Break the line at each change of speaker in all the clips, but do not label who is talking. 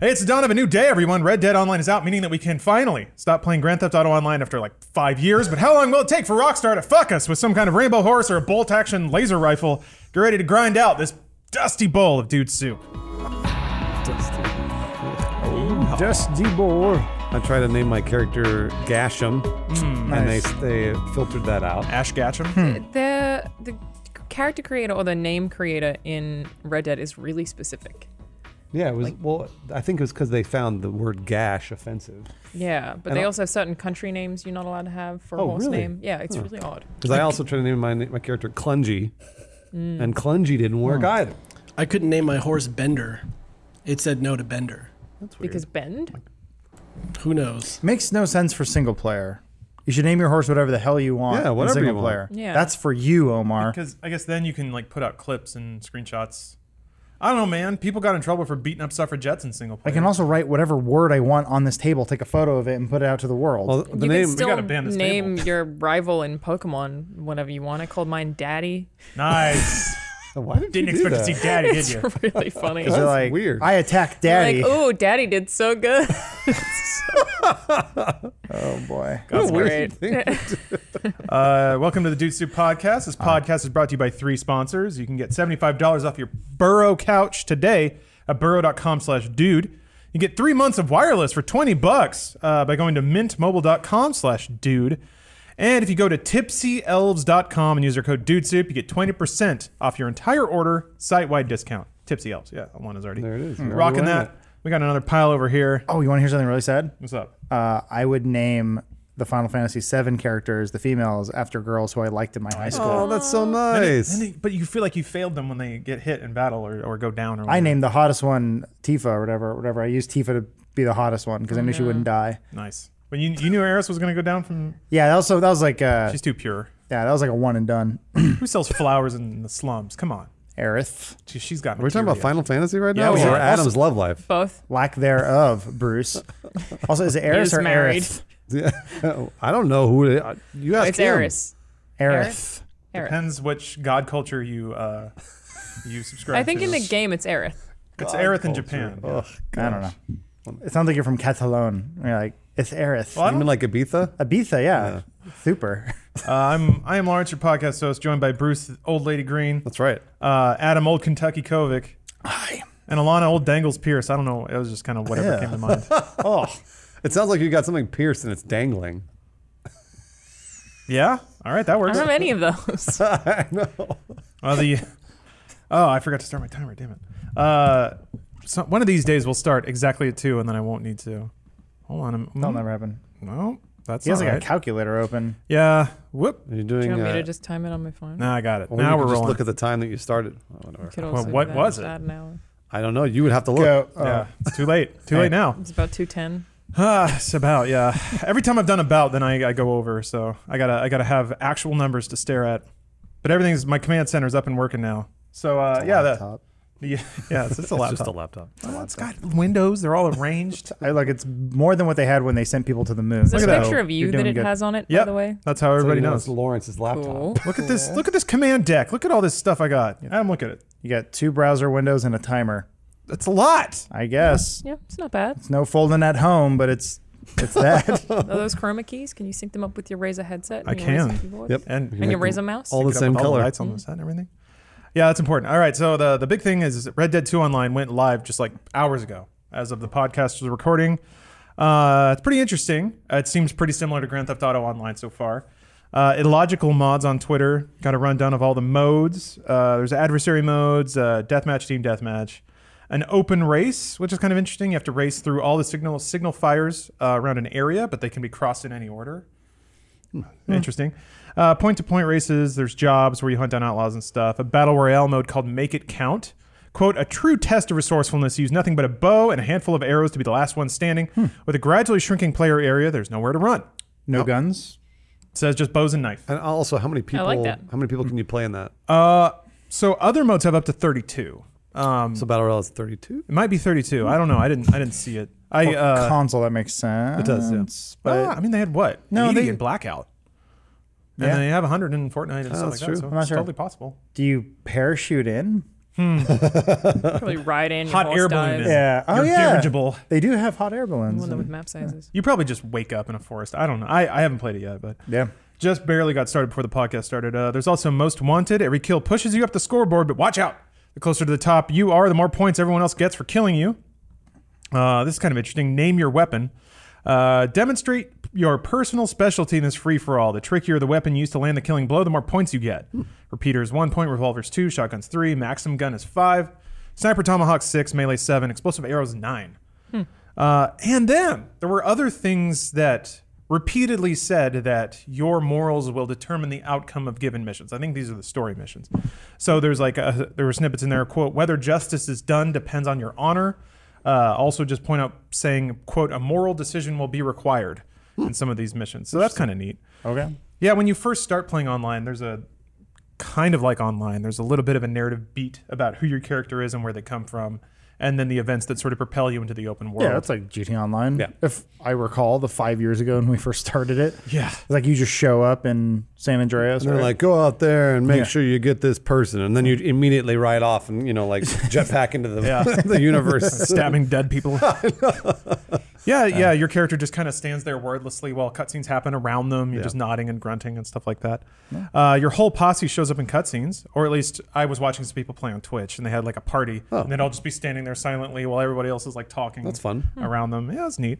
Hey, it's the dawn of a new day, everyone. Red Dead Online is out, meaning that we can finally stop playing Grand Theft Auto Online after like five years. But how long will it take for Rockstar to fuck us with some kind of rainbow horse or a bolt action laser rifle? Get ready to grind out this dusty bowl of dude soup.
Dusty Boar. I tried to name my character Gasham,
Hmm,
and they, they filtered that out.
Ash Gatchum.
The the character creator or the name creator in Red Dead is really specific.
Yeah, it was well. I think it was because they found the word gash offensive.
Yeah, but
And
they
I-
also have certain country names you're not allowed to have for a
Oh,
horse
really?
name. Yeah, it's really odd.
Because I also tried to name my my character Clungy,
Hmm.
and Clungy didn't work either.
I couldn't name my horse Bender. It said no to Bender.
That's weird.
Because Bend?
Who knows?
Makes no sense for single player. You should name your horse whatever the hell you want.
Yeah,
in
whatever you
single
want.
player.
Yeah.
That's for you, Omar.
Because I guess then you can like put out clips and screenshots. I don't know, man. People got in trouble for beating up suffragettes in single
I
player.
can also write whatever word I want on this table, take a photo of it, and put it out to the world.
well, the
you
name
can still
gotta ban this
name
table.
your rival in Pokemon whatever you want. I called mine Daddy.
nice.
why did
Didn't
you do
expect to see
that?
daddy, did
It's
you?
really funny.
They're
that's
like,
weird.
I attack daddy.
Like, oh, Daddy did so good.
oh boy.
That's
Weird
great.
thing.
Uh, welcome to the Dude Soup Podcast. This podcast is brought to you by three sponsors. You can get $75 off your burrow couch today at burrow.com slash dude. You get three months of wireless for 20 bucks uh, by going to mintmobile.com slash dude. And if you go to tipsyelves.com and use our code dude soup, you get 20% off your entire order, site-wide discount. Tipsy Elves. Yeah, that one is already.
There it is. You're
Rocking
already
that.
wearing
We got another pile over here.
Oh, you want to hear something really sad?
What's up?
Uh, I would name the Final Fantasy VII characters, the females, after girls who I liked in my high school.
Oh, that's so
And
nice.
they- but you feel like you failed them when they get hit in battle or, or go down or
I
whatever.
named the hottest one Tifa or whatever, whatever. I used Tifa to be the hottest one because I knew she
Oh,
wouldn't die.
Nice. But you, you knew Eris was going to go down from.
Yeah, that was so that was like uh,
She's too pure.
yeah, that was like a one and done.
Who sells flowers in the slums? Come on.
Erith,
She, she's got.
We're talking about Final Fantasy right
Yeah,
now,
we
or
are.
Adam's love life.
Both.
lack thereof, Bruce. Also, is it Eris
is
or
married.
Aerith?
Yeah. I don't know who it, you asked.
It's
him.
Eris.
Aerith.
Aerith.
Depends which god culture you uh, you subscribe.
I think
to.
in the game it's Aerith.
it's
God
Aerith in
culture.
Japan.
Ugh,
I don't know. It sounds like you're from Catalan. You're like it's Aerith.
Well, I
You
don't-
mean like Ibiza?
Ibiza, yeah, super.
uh, I'm I am Lawrence, your podcast host, joined by Bruce, Old Lady Green,
That's right.
uh, Adam, Old Kentucky Kovic,
Hi.
and Alana, Old Dangles Pierce. I don't know. It was just kind of whatever
Yeah.
came to mind.
Oh,
It sounds like you got something pierced and it's dangling.
yeah. All right, that
I
works.
don't have any of those.
I know.
Well, the oh, I forgot to start my timer. Damn it. Uh, so one of these days we'll start exactly at two, and then I won't need to. Hold on. I'm,
that'll never happen.
No, that's
He has
not
like
right.
a calculator open.
yeah. Whoop.
You're doing.
Do you want me
uh,
to just time it on my phone?
Now I got it.
or
now
you
we're
could just
rolling.
look at the time that you started. Oh, whatever.
Could
Well,
also do
what
that.
was it?
About an hour.
I don't know. You would have to look.
Go. uh,
yeah, it's too late. Too late now.
It's about 210.
Ah, it's about yeah. Every time I've done about, then I, I go over. So I gotta I gotta have actual numbers to stare at. But everything's my command center's up and working now. So uh, yeah, the,
laptop.
the, yeah, it's, it's a laptop.
It's just a laptop.
Well, it's got windows. They're all arranged.
I, like it's more than what they had when they sent people to the moon.
Is there
So
a picture of
you're
you that
doing
it
good.
has on it, by
Yep.
the way?
That's how everybody
you know
knows.
It's Lawrence's laptop.
Cool.
Look at this. Look at this command deck. Look at all this stuff I got. Adam, look at it.
You got two browser windows and a timer.
That's a lot.
I guess
Yeah, it's not bad.
it's no folding at home, but it's it's that.
Are those chroma keys? Can you sync them up with your Razer headset? And
I
your Razer
can.
keyboard?
Yep.
And
You
And your
make
Razer
them
mouse?
All the
Pick it up
same
with all
color.
lights on the set and everything. Yeah, that's important. All right. So the the big thing is Red Dead 2 Online went live just like hours ago, as of the podcast was recording. Uh, it's pretty interesting. Uh, it seems pretty similar to Grand Theft Auto Online so far. Uh, illogical mods on Twitter got a rundown of all the modes. Uh, there's adversary modes, uh, deathmatch, team deathmatch, an open race, which is kind of interesting. You have to race through all the signal signal fires uh, around an area, but they can be crossed in any order.
Hmm.
Interesting. Uh, point to point races. There's jobs where you hunt down outlaws and stuff. A battle royale mode called Make It Count. Quote, a true test of resourcefulness. Use nothing but a bow and a handful of arrows to be the last one standing.
Hmm.
With a gradually shrinking player area, there's nowhere to run.
No guns.
It says just bows and knife.
Uh,
And also, how many people?
like that.
How many people can you play in that?
Uh, so other modes have up to 32. Um,
so battle royale is 32.
it might be 32. I don't know. I didn't. I didn't see it. I. Uh,
Console that makes sense. It
does, yeah.
But
ah, I mean, they had what?
No,
80
they-
in blackout. And
Yeah. Oh,
they have 100 in Fortnite and stuff like
that's
that.
true.
So
I'm
not
it's
sure.
totally possible.
do you parachute in?
Probably ride in. Your
Hot
horse
air balloon.
dies.
in.
Yeah. Oh,
Your
yeah.
Dirigible.
They do have hot air balloons.
One that with map sizes.
You probably just wake up in a forest. I don't know. I, I haven't played it yet, but
Yeah.
just barely got started before the podcast started. Uh, there's also Most Wanted. Every kill pushes you up the scoreboard, but watch out. The closer to the top you are, the more points everyone else gets for killing you. Uh, this is kind of interesting. Name your weapon. Uh, demonstrate your personal specialty in this free for all. The trickier the weapon used to land the killing blow, the more points you get. Repeater is one point, revolvers two, shotguns three, maxim gun is five, sniper tomahawk six, melee seven, explosive arrows nine. Uh, and then there were other things that repeatedly said that your morals will determine the outcome of given missions. I think these are the story missions. So there's like a, there were snippets in there. Quote: Whether justice is done depends on your honor. Uh, also, just point out saying quote a moral decision will be required in some of these missions. So that's kind of neat.
Okay.
Yeah, when you first start playing online, there's a kind of like online, there's a little bit of a narrative beat about who your character is and where they come from, and then the events that sort of propel you into the open world.
Yeah, that's like GTA Online.
Yeah.
If I recall, the five years ago when we first started it,
Yeah.
it's like you just show up in San Andreas.
And they're
right?
like, go out there and make
Yeah.
sure you get this person, and then you immediately ride off and you know like jetpack into the
Yeah.
the universe.
stabbing dead people. yeah, yeah. Your character just kind of stands there wordlessly while cutscenes happen around them. You're just nodding and grunting and stuff like that. Uh, your whole posse shows up in cutscenes, or at least I was watching some people play on Twitch, and they had like a party, and they'd all just be standing there silently while everybody else is like talking.
Oh. That's fun.
around them. Yeah, it's neat.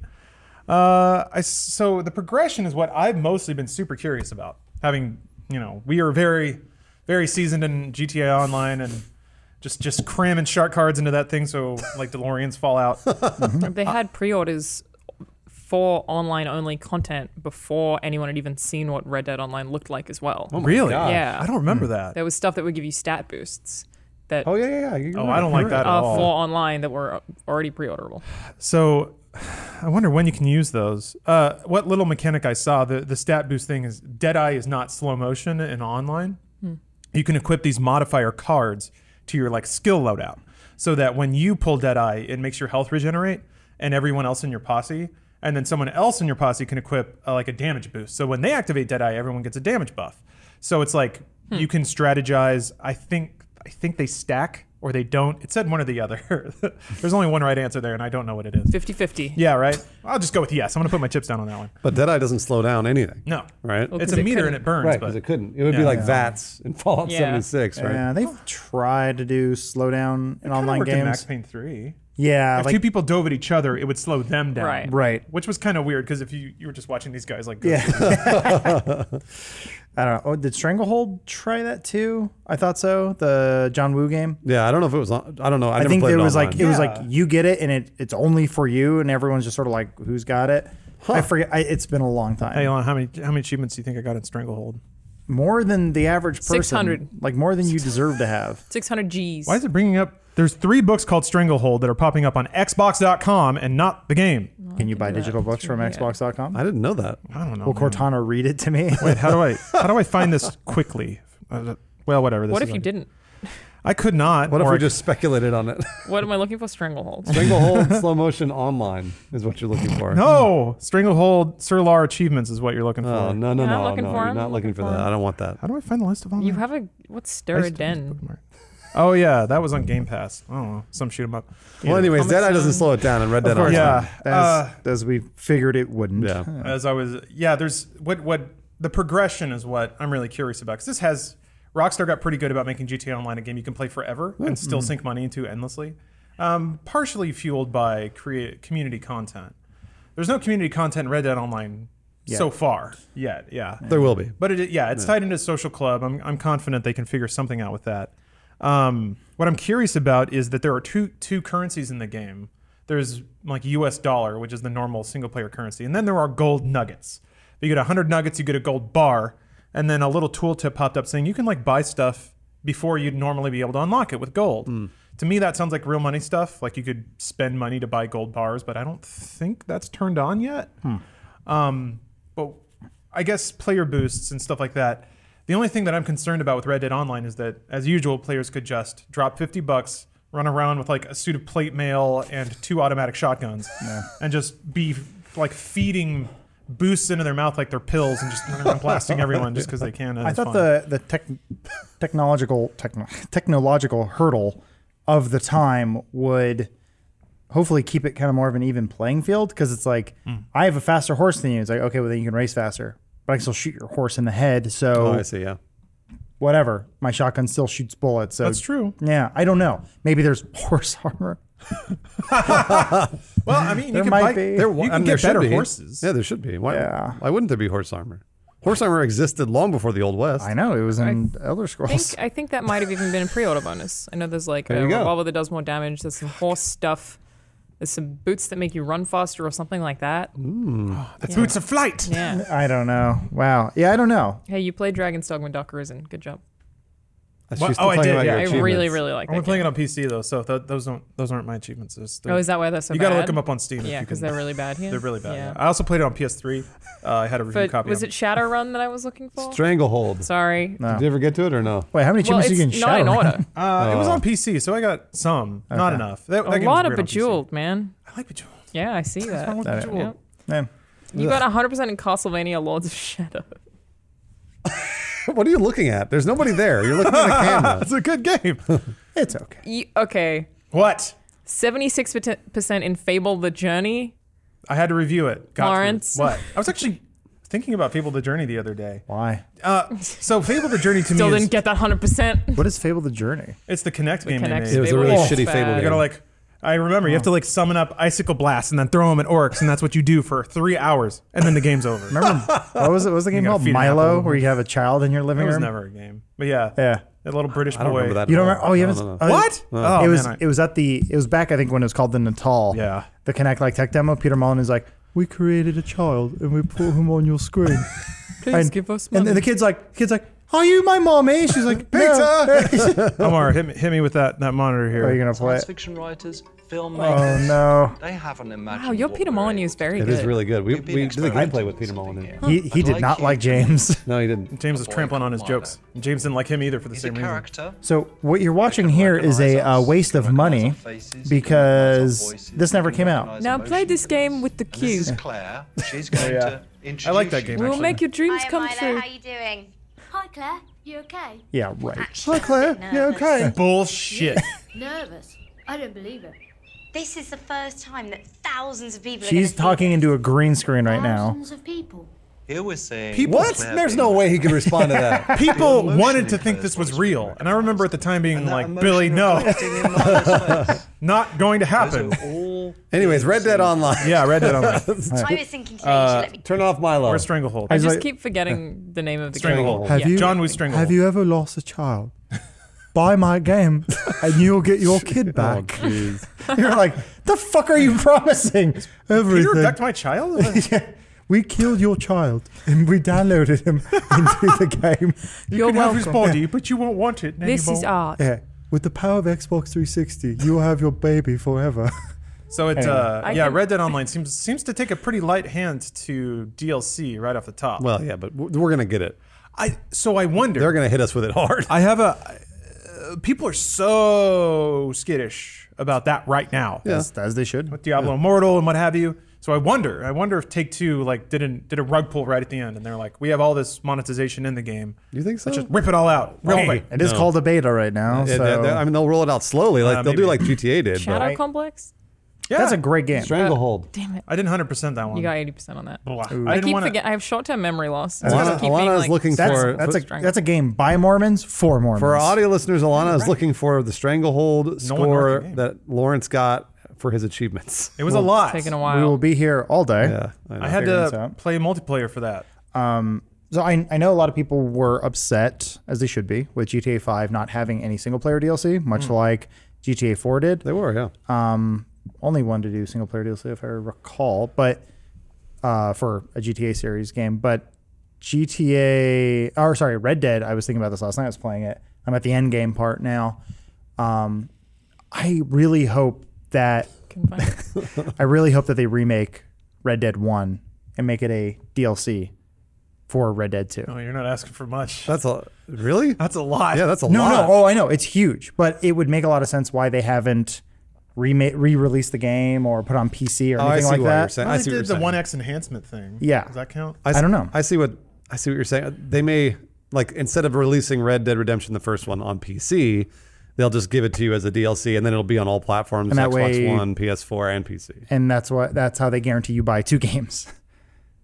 Uh, I so the progression is what I've mostly been super curious about. Having you know, we are very, very seasoned in GTA Online and. Just, just cramming shark cards into that thing so like DeLoreans fall out. Mm-hmm.
They had pre-orders for online-only content before anyone had even seen what Red Dead Online looked like as well.
really? Hmm.
gosh.
Yeah.
Oh I don't remember that.
There was stuff that would give you stat boosts that
Oh yeah, yeah, yeah. You're
Oh,
right.
I don't like
You're
that at
are for
all.
online that were uh, already pre-orderable.
So, I wonder when you can use those. Uh, what little mechanic I saw, the, the stat boost thing is Deadeye is not slow motion in online. You can equip these modifier cards to your like skill loadout, so that when you pull Deadeye, it makes your health regenerate, and everyone else in your posse, and then someone else in your posse can equip uh, like a damage boost. So when they activate Deadeye, everyone gets a damage buff. So it's like you can strategize. I think I think they stack or they don't. It said one or the other. There's only one right answer there, and I don't know what it is.
50-50.
Yeah, right. I'll just go with yes. I'm gonna put my chips down on that one.
But Deadeye doesn't slow down anything.
No, it's
Right.
'cause
a
it
meter
couldn't.
and it burns.
right.
but
Because it couldn't. It would
Yeah.
be like
Yeah.
Vats in Fallout
Yeah.
76, right?
yeah, they've tried to do slow down in
Kinda
online
worked in Max
games.
Payne Three.
Yeah,
If
like
two people dove at each other, it would slow them down.
Right.
right.
Which was kind of weird because if you you were just watching these guys like go
Yeah. I don't know. Oh, did Stranglehold try that too? I thought so. The John Woo game.
Yeah, I don't know if it was on. I don't know. I,
I,
never
think
played
it
it
was
online.
like it was like you get it and it it's only for you and everyone's just sort of like who's got it. I forget. I, it's been a long time.
Hey, Elon, how many how many achievements do you think I got in Stranglehold?
more than the average person.
600.
Like more than you deserve to have.
600 Gs.
Why is it bringing up? There's three books called Stranglehold that are popping up on Xbox.com and not the game.
Can you buy
Oh, do that.
digital books from
Yeah.
Xbox.com?
I didn't know that.
I don't know.
Will
man.
Cortana read it to me?
Wait, how do I how do I find this quickly? Uh, Well, whatever. This
What
is
if you
on-
didn't?
I could not.
What if
or
we
I-
just speculated on it?
What am I looking for? Stranglehold.
Stranglehold slow motion online is what you're looking for.
No, Stranglehold Sirlar achievements is what you're looking for.
Oh, no, no,
Yeah, I'm
no,
looking
no.
for
You're
him.
not
I'm
looking
looking
for
for
that.
him.
I don't want that.
How do I find the list of all
You
my-
have a
I
what's
used to have this
Steraden?
bookmark. Oh yeah, that was on Game Pass. I don't know, some shoot 'em up.
Well, anyways,
Comic
Deadeye doesn't
Con.
slow it down, and Red Dead
course.
Online.
Yeah,
As,
uh,
as we figured it wouldn't.
Yeah.
as I was, yeah. There's what what the progression is what I'm really curious about because this has Rockstar got pretty good about making GTA Online a game you can play forever and still sink money into endlessly. Um, partially fueled by create community content. There's no community content in Red Dead Online so far yet. Yeah,
There will be.
But it, yeah, it's tied into social club. I'm, I'm confident they can figure something out with that. Um, what I'm curious about is that there are two two currencies in the game. There's like U.S. dollar, which is the normal single player currency, and then there are gold nuggets. If you get 100 nuggets, you get a gold bar, and then a little tooltip popped up saying you can like buy stuff before you'd normally be able to unlock it with gold. To me, that sounds like real money stuff. Like you could spend money to buy gold bars, but I don't think that's turned on yet. Um, but I guess player boosts and stuff like that. The only thing that I'm concerned about with Red Dead Online is that, as usual, players could just drop 50 bucks, run around with like a suit of plate mail and two automatic shotguns, and just be like feeding boosts into their mouth like they're pills and just running around blasting everyone just because they can. and
I
it's
thought
fun.
the the tech, technological techno, technological hurdle of the time would hopefully keep it kind of more of an even playing field because it's like
Hmm.
I have a faster horse than you. It's like okay, well then you can race faster, but I can still shoot your horse in the head.
Oh,
So
I see. Yeah.
whatever, my shotgun still shoots bullets. So
that's true.
Yeah, I don't know. Maybe there's horse armor.
Well, I mean, you
There
can
might
buy,
be.
There,
There
you
wa-
can
I mean, there
get
should
better
be.
horses.
Yeah, there should be. Why,
Yeah.
why wouldn't there be horse armor? Horse armor existed long before the Old West.
I know it was in Elder
I
Scrolls.
think, I think that might have even been a pre-order bonus. I know there's like
There
a
you go.
revolver that does more damage. There's some horse stuff. There's some boots that make you run faster or something like that.
Mm. The boots of flight.
Yeah.
I don't know. Wow. Yeah, I don't know.
Hey, you played Dragon's Dogma Dockerizin. Good job.
She's
Well,
still
oh, I
talking
did,
about
yeah.
your
I really,
achievements.
really like
I'm
that.
only playing
Game.
it on PC though, so th- those don't those aren't my achievements. It's- they're-
Oh, is that why they're so
you
bad?
gotta look them up on Steam. if you
Yeah, because
can-
they're really bad here.
they're really bad. yeah.
Yeah.
I also played it on PS3. Uh, I had a review
But
copy.
was
on
it Shadowrun that I was looking for?
Stranglehold.
Sorry.
No.
Did you ever get to it or no?
Wait, how many
Well,
achievements
it's
you can
not
shout
in
around?
order.
Uh, it
Oh.
was on PC, so I got some, not enough. That, that
A
game was
lot of
weird on PC.
Bejeweled, man.
I like Bejeweled.
Yeah, I see that.
wrong with
That-
Bejeweled?
Yeah.
You got 100% in Castlevania Lords of Shadow.
What are you looking at? There's nobody there. You're looking at a camera.
It's a good game.
It's okay.
You, okay.
what?
76% in Fable The Journey.
I had to review it. Got to.
Lawrence.
What? I was actually thinking about Fable the Journey the other day.
Why?
Uh, so Fable the Journey to
Still
me is
didn't get that 100%.
What is Fable the Journey?
it's the Connect game they
Connects
made.
It was a
Fable
really
is
shitty
bad.
Fable
You gotta
game.
like, I remember you have to like summon up icicle blasts and then throw them at orcs, and that's what you do for three hours, and then the game's over. Remember,
Remember Hmm. what was it? What was the game
gotta
called
feed an
Milo,
apple.
where you have a child in your living
it was
room?
never a game, but yeah,
Yeah.
that little British
I don't
boy.
remember that.
You
at
don't
all.
remember? Oh, you
No,
haven't.
no, no.
oh,
What? Oh,
it was.
man, I-
it was at the. It was back. I think when it was called the Natal.
Yeah.
The Connect like Tech demo. Peter Mullen is like, we created a child and we put him on your screen.
Please
And-
give us
and
money.
then the kid's like, kid's like, are you my mommy? She's like,
uh,
no.
Omar, hit me, hit me with that that monitor here.
Are you gonna play
science
it?
fiction writers,
Oh
filmmakers.
no.
They haven't imagined.
wow, your
what
Peter
we're
Molyneux
able
is
to
very
It
good.
is really good. We,
We've been
we did a gameplay
experimenting
with Peter
with
Mullen.
something
in it.
He he
I'd
did
like
not
you
like
to-
James.
No, he didn't.
James was
Boy,
trampling on his
come on,
jokes. James didn't like him either for the
He's a
same reason.
character.
So what you're watching here is a uh, waste of money because this never came out.
Now play this game with the
And this
cue.
is Claire. She's going to introduce
I like that game,
you.
We'll
actually.
make your dreams
Hi,
come
Milo.
true.
How you doing?
Hi Claire, you okay?
Yeah,
Ah,
right.
Hi Claire, you okay?
Bullshit.
Nervous. I don't believe it.
This is the first time that thousands of people.
She's
are gonna
talking into a green screen right now.
Thousands of people.
Here we're saying
What? There's no way he could respond to that.
People
emotion
wanted
in
to think
her
this was
voice
real,
was
and I remember at the time being
And that
like,
emotion
Billy, no,
reflecting in Milo's face.
not going to happen.
Those are all
Anyways, Red Dead Online.
Yeah, I read that on
see- I was thinking today.
Uh,
you should let me.
Turn off Milo.
or Stranglehold.
I just
like-
keep forgetting the name of the
Stranglehold.
game.
Have you-
John was Stranglehold.
Have you ever lost a child? Buy my game and you'll get your kid
Oh,
back.
jeez.
You're like, the fuck are you promising?
Peter
Everything.
abduct my child?
We killed your child and we downloaded him into the game.
You
You're
can have his
welcome.
body, but you won't want it anymore.
This is ah, art.
Yeah. With the power of Xbox 360, you'll have your baby forever.
So it, uh,
I
yeah,
can-
Red Dead Online seems seems to take a pretty light hand to DLC right off the top.
Well, yeah, but we're we're gonna get it.
I so I
They're
wonder.
gonna hit us with it hard.
I have a uh, people are so skittish about that right now. Yeah.
As they should.
Diablo Immortal and what have you. So I wonder, I wonder if Take Two like did not did a rug pull right at the end, and they're like, we have all this monetization in the game.
You think so?
Let's just rip it all out real
Hey,
quick.
It is called a beta right now.
Yeah,
So
they- they- I mean, they'll roll it out slowly. Like
Uh,
they'll do
maybe.
like GTA did.
Shadow
But
Complex?
Yeah,
that's a great game.
Stranglehold.
Damn it.
I didn't hundred percent that one.
You got 80% on that.
Blah.
I,
I didn't
keep
want
forgetting.
to.
I have short term memory loss. I
Alana,
just keep being
Alana is
like-
looking
That's,
for
that's,
for,
a, that's a game by Mormons for Mormons.
for our audio listeners. Alana is looking for the Stranglehold
one marked
score
the game.
that Lawrence got for his achievements.
It was a lot.
Taking a
We
while.
will be here all day.
Yeah, I know.
I had
figuring this
to
out.
play multiplayer for that.
So I, I know a lot of people were upset, as they should be, with GTA 5 not having any single player DLC, much like GTA 4 did.
they were. Yeah,
Um, only one to do single player DLC, if I recall, but uh, for a GTA series game. But GTA, or sorry, Red Dead. I was thinking about this last night. I was playing it. I'm at the end game part now. Um, I really hope that
Couldn't find it.
I really hope that they remake Red Dead One and make it a DLC for Red Dead Two.
No, you're not asking for much.
that's a really.
That's a lot.
yeah, that's a
No,
lot.
no. Oh, I know. It's huge, but it would make a lot of sense why they haven't remake, re-release the game or put on PC or
Oh, I
anything
see
like
why you're
that.
saying.
I,
I
they
see what
did
you're
the
saying.
one X enhancement thing.
Yeah.
Does that count?
I
s-
don't know.
I see what I see what you're saying. They may like instead of releasing Red Dead Redemption the first one on PC, they'll just give it to you as a DLC, and then it'll be on all platforms:
And that
Xbox
way-
One, PS4, and PC.
and that's why that's how they guarantee you buy two games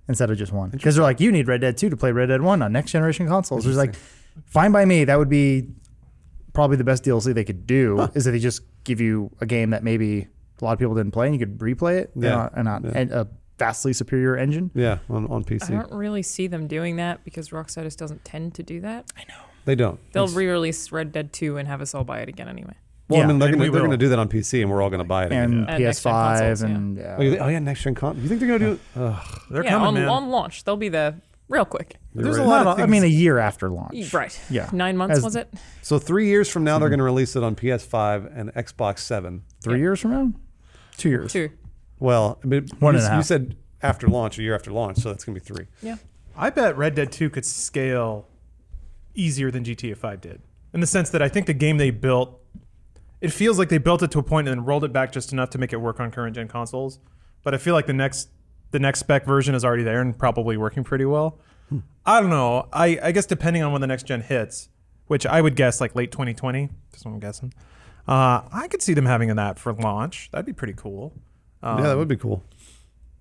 instead of just one because they're like you need red dead 2 to play red dead 1 on next generation consoles which is like fine by me that would be probably the best dlc they could do is if they just give you a game that maybe a lot of people didn't play and you could replay it
Yeah.
yeah. and, on- and a vastly superior engine
Yeah, on, on
I
PC
don't really see them doing that because Rockstar just doesn't tend to do that.
they don't.
They'll re-release Red Dead 2 and have us all buy it again anyway.
Well,
Yeah,
I mean, they're
and
gonna
we
they're
will.
gonna do that on PC, and we're all gonna buy it. again.
and
Yeah.
ps5
Next-gen consoles,
and yeah.
Oh, you thi- oh yeah, next gen console. You think they're gonna do? uh, Ugh,
They're
yeah,
coming,
on,
man.
on launch, they'll be there real quick.
you're
There's a
right.
lot of
Not a- i
things-
mean a year after launch
Right.
Yeah.
Nine months,
As-
was it?
So three years from now, they're gonna release it on PS5 and Xbox Seven.
three years from now two years
Two.
Well, I mean,
One
you,
and a
you
half.
said after launch, a year after launch, so that's gonna be three.
Yeah.
I bet Red Dead 2 could scale easier than GTA 5 did. In the sense that I think the game they built, it feels like they built it to a point and then rolled it back just enough to make it work on current gen consoles. But I feel like the next the next spec version is already there and probably working pretty well. I don't know. I, I guess depending on when the next gen hits, which I would guess like late 2020, that's what I'm guessing. Uh, I could see them having that for launch. That'd be pretty cool. Um,
yeah, that would be cool.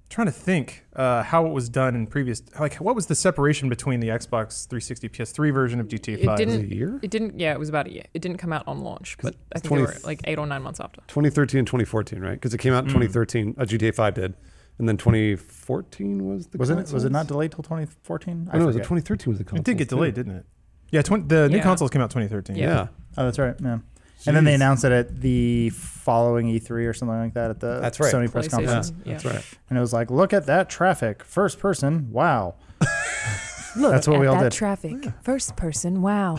trying to think uh, how it was done in previous like what was the separation between the Xbox 360 PS3 version of GTA 5
It didn't.
a year?
It didn't. Yeah, it was about a year. It didn't come out on launch. 'cause
But
I think they
20
were like eight or nine months after.
2013 and 2014, right? Because it came
Mm.
out in 2013. Uh, GTA 5 did, and then 2014 was the.
wasn't it was it not
consoles?
delayed till 2014
Oh, no, it was 2013 was the. Consoles
it did get
too.
delayed didn't it yeah twen- the new
Yeah.
consoles came out 2013
Yeah.
Yeah.
Oh, that's right, man. And then they
Jeez.
announced it at the following E3 or something like that at the
That's right.
Sony press conference.
PlayStation, yeah.
that's right.
And it was like, look at that traffic. First person. Wow. that's what we all did.
traffic. First person. Wow.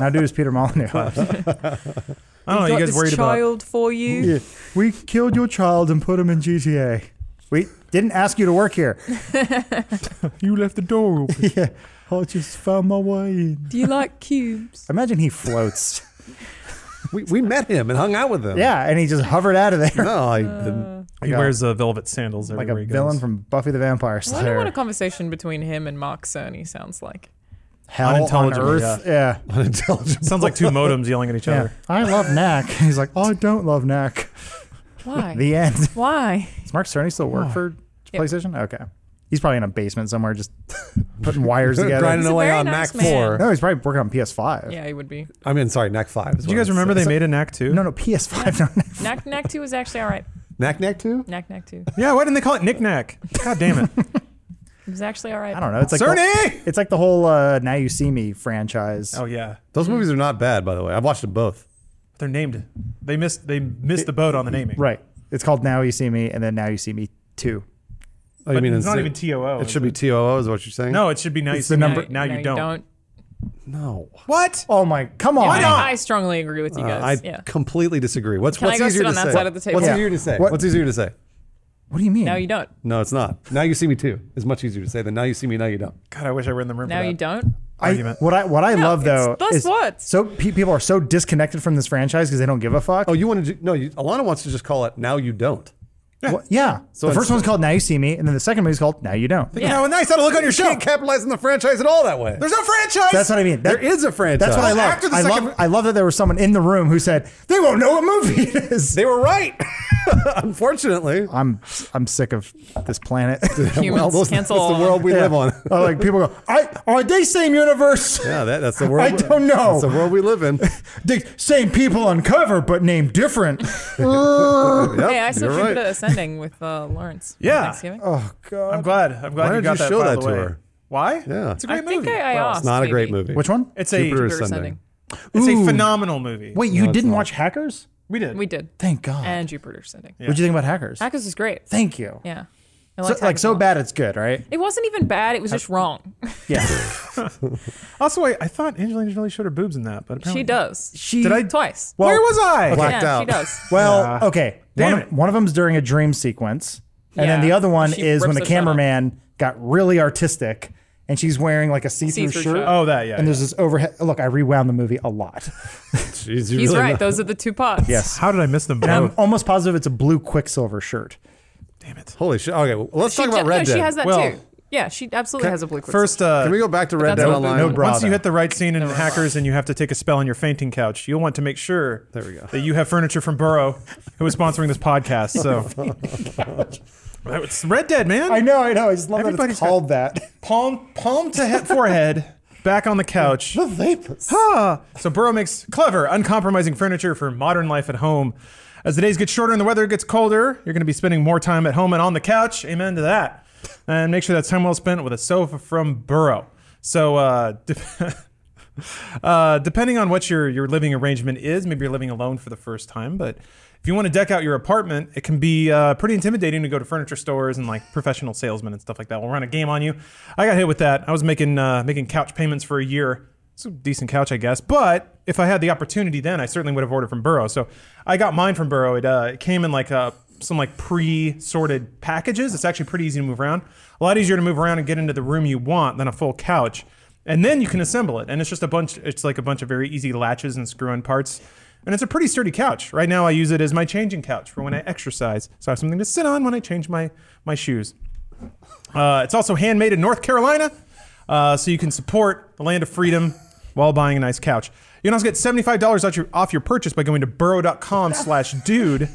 now do is Peter Molyneux.
I don't know you guys worried about
child for you.
Yeah. we killed your child and put him in GTA. We didn't ask you to work here.
you left the door open
yeah. I just found my way in.
Do you like cubes?
Imagine he floats.
We, we met him and hung out with him.
yeah, and he just hovered out of there.
No, I
Uh.
didn't.
he
Like a-
wears uh, velvet sandals
Like
everywhere
a
he goes.
villain from Buffy the Vampire
I wonder what a
Slayer.
conversation between him and Mark Cerny sounds like.
Hell on
unintelligible,
Earth. yeah.
unintelligent.
sounds like two modems yelling at each
Yeah.
other
I love Knack. He's like, I don't love Knack.
Why?
The end.
Why?
Does Mark Cerny still work for
Yep.
PlayStation? Okay. He's probably in a basement somewhere just putting wires
Grinding
together.
He's a
away
very
on
nice
Mac
man.
4.
No, he's probably working on PS5.
Yeah, he would be.
I mean, sorry, Mac 5.
do you guys remember they made a knack 2
No, no, PS5. No, no.
Knack Knack 2 is actually all right.
Mac Mac 2?
Knack Knack 2.
yeah why didn't they call it knick-knack god damn it
It was actually all right.
I don't know. It's like
Cerny!
The, it's like the whole uh, Now You See Me franchise.
oh yeah
Those movies are not bad, by the way. I've watched them both.
they're named they missed they missed the boat on the naming
Right. It's called Now You See Me and then Now You See Me 2.
Oh, you
But
mean
it's not
instead-
even TOO
It
is
should be TOO, is what you're saying?
no it should be now you
It's
see
the
Me,
number-
now, you, don't.
No.
what
Oh my, come on.
I, I strongly agree with you
Uh,
guys.
I
yeah.
completely disagree. What's,
Can I
what's
go
easier
sit
to
on that
say?
side of the table?
What's
Yeah.
easier to say?
What-
What's easier to say?
What do you mean?
Now you don't.
No, it's not. Now you see me too. It's much easier to say than now you see me, now you don't.
god I wish I were in the room
Now
for that.
you don't.
I,
argument.
what I what I love
it's-
though
that's
is
what.
so pe- people are so disconnected from this franchise because they don't give a fuck.
Oh, you want to? ju- No, you, Alana wants to just call it now you don't.
Well, yeah.
So
the
it's-
first one's called Now You See Me, and then the second movie's called Now You Don't.
Look at how nice that'll look on your
You
show.
can't capitalize on the franchise at all that way.
There's no franchise.
That's what I mean.
There
That-
is a franchise.
That's what I
Well,
love.
after the
I
second-
love. I love that there was someone in the room who said they won't know what movie it is.
They were right. Unfortunately,
I'm I'm sick of this planet.
Humans
those-
cancel.
that's the world we live on.
Uh, like people go, I, are they same universe?
Yeah, that, that's the world.
I don't know.
That's the world we live in.
They, same people on cover, but named different. oh
Yep,
Hey, I
you're
still
right.
right. Ascending with uh, Lawrence. for
Yeah.
Thanksgiving.
I'm
God.
glad. I'm glad
Why
you
did
got
you
that.
show
by
that
the
to
way.
her?
Why?
Yeah.
it's a great
I think
movie.
I, I asked.
It's not a great
maybe.
movie.
Which one?
It's a
Jupiter
Jupiter
Ascending.
it's
Ooh.
a phenomenal movie.
Wait, you didn't watch Hackers?
we did.
We did.
Thank God.
And Jupiter Ascending.
What'd you think about Hackers?
Hackers is great.
Thank you.
Yeah. I
So-
liked
like
Hackers a
so
lot.
bad, it's good, right?
It wasn't even bad. It was just wrong.
Yeah.
Also, I, I thought Angelina Jolie showed her boobs in that, but apparently
she does.
she
Did I-
Twice.
Well-
Where was I?
Okay.
Blacked
yeah,
out.
she does.
Well, okay.
Damn
one,
it.
Of, one of them's during a dream sequence, and then
Yeah.
the other one
She
is when
rips the shot
the
off.
cameraman got really artistic and she's wearing like a see-through,
See-through
shirt.
shirt.
Oh, that yeah.
and there's
yeah.
this overhead. Look, I rewound the movie a lot.
Jeez, you
He's
really
right.
know.
Those are the two parts.
yes,
How did I miss them?
and I'm
both?
almost positive it's a blue Quicksilver shirt.
Damn it.
Holy shit. Okay, well, let's talk
She-
about
no,
Red
she
Dead.
has that
Well,
too. Yeah, she absolutely has a blue. Quicksilver.
First, uh,
Can we go back to Red
that's
Dead
a-
Online?
No bra.
once you
though.
hit the right scene in Hackers and you have to take a spell on your fainting couch, you'll want to make sure
There we go.
that you have furniture from Burrow, who is sponsoring this podcast. So, it's Red Dead, man.
Oh I know, I know. I just love that
Everybody's
it's called that.
palm palm to he- forehead, back on the couch.
The vapors.
Ah, so Burrow makes clever, uncompromising furniture for modern life at home. As the days get shorter and the weather gets colder, you're going to be spending more time at home and on the couch. Amen to that. And make sure that's time well spent with a sofa from Burrow. So, uh, de- uh, depending on what your your living arrangement is, maybe you're living alone for the first time, but if you want to deck out your apartment, it can be uh, pretty intimidating to go to furniture stores and like professional salesmen and stuff like that. will run a game on you. I got hit with that. I was making uh, making couch payments for a year. It's a decent couch, I guess. But if I had the opportunity then, I certainly would have ordered from Burrow. So I got mine from Burrow. It, uh, it came in like a some like pre-sorted packages. It's actually pretty easy to move around. A lot easier to move around and get into the room you want than a full couch. And then you can assemble it. And it's just a bunch it's like a bunch of very easy latches and screw-in parts. And it's a pretty sturdy couch. Right now I use it as my changing couch for when I exercise. So I have something to sit on when I change my my shoes. Uh, it's also handmade in North Carolina, uh, so you can support the land of freedom while buying a nice couch. You can also get $75 off your, off your purchase by going to burrow.com slash dude.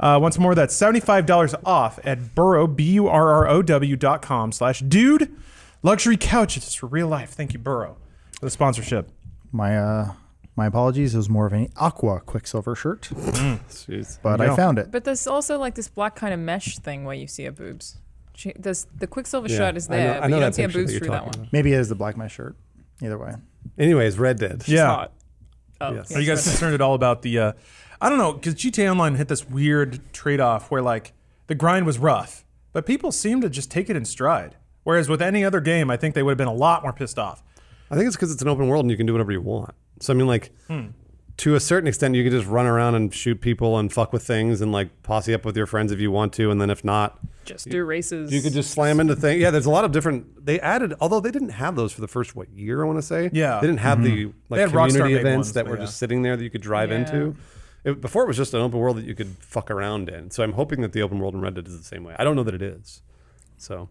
Uh, once more, that's $75 off at burrow, B-U-R-R-O-W dot com slash dude. Luxury couches for real life. Thank you, Burrow, for the sponsorship.
My uh, my apologies. It was more of an aqua Quicksilver shirt,
Jeez.
but I
Yeah.
found it.
But there's also like this black kind of mesh thing where you see her boobs. She, there's the Quicksilver
Yeah,
shirt is
I know-
there,
I
but
know
you
that
don't see her
picture that
boobs
you're
through that
talking
one.
about.
Maybe it is the black my shirt. Either way,
Anyways, Red Dead.
yeah.
Hot. Oh,
Are you guys concerned at all about the? Uh, I don't know because GTA Online hit this weird trade-off where like the grind was rough, but people seem to just take it in stride. Whereas with any other game, I think they would have been a lot more pissed off.
I think it's because it's an open world and you can do whatever you want. So I mean, like,
Hmm.
to a certain extent, you can just run around and shoot people and fuck with things and like posse up with your friends if you want to, and then if not,
Just do races.
you could just slam into things. Yeah, there's a lot of different. They added, although they didn't have those for the first what year I want to say.
Yeah. Mm-hmm.
they didn't have the
They
like
had Rockstar
community
made
events
ones,
that
but
were
yeah.
just sitting there that you could drive
Yeah.
into. It, before it was just an open world that you could fuck around in. So I'm hoping that the open world in Red Dead is the same way. I don't know that it is. So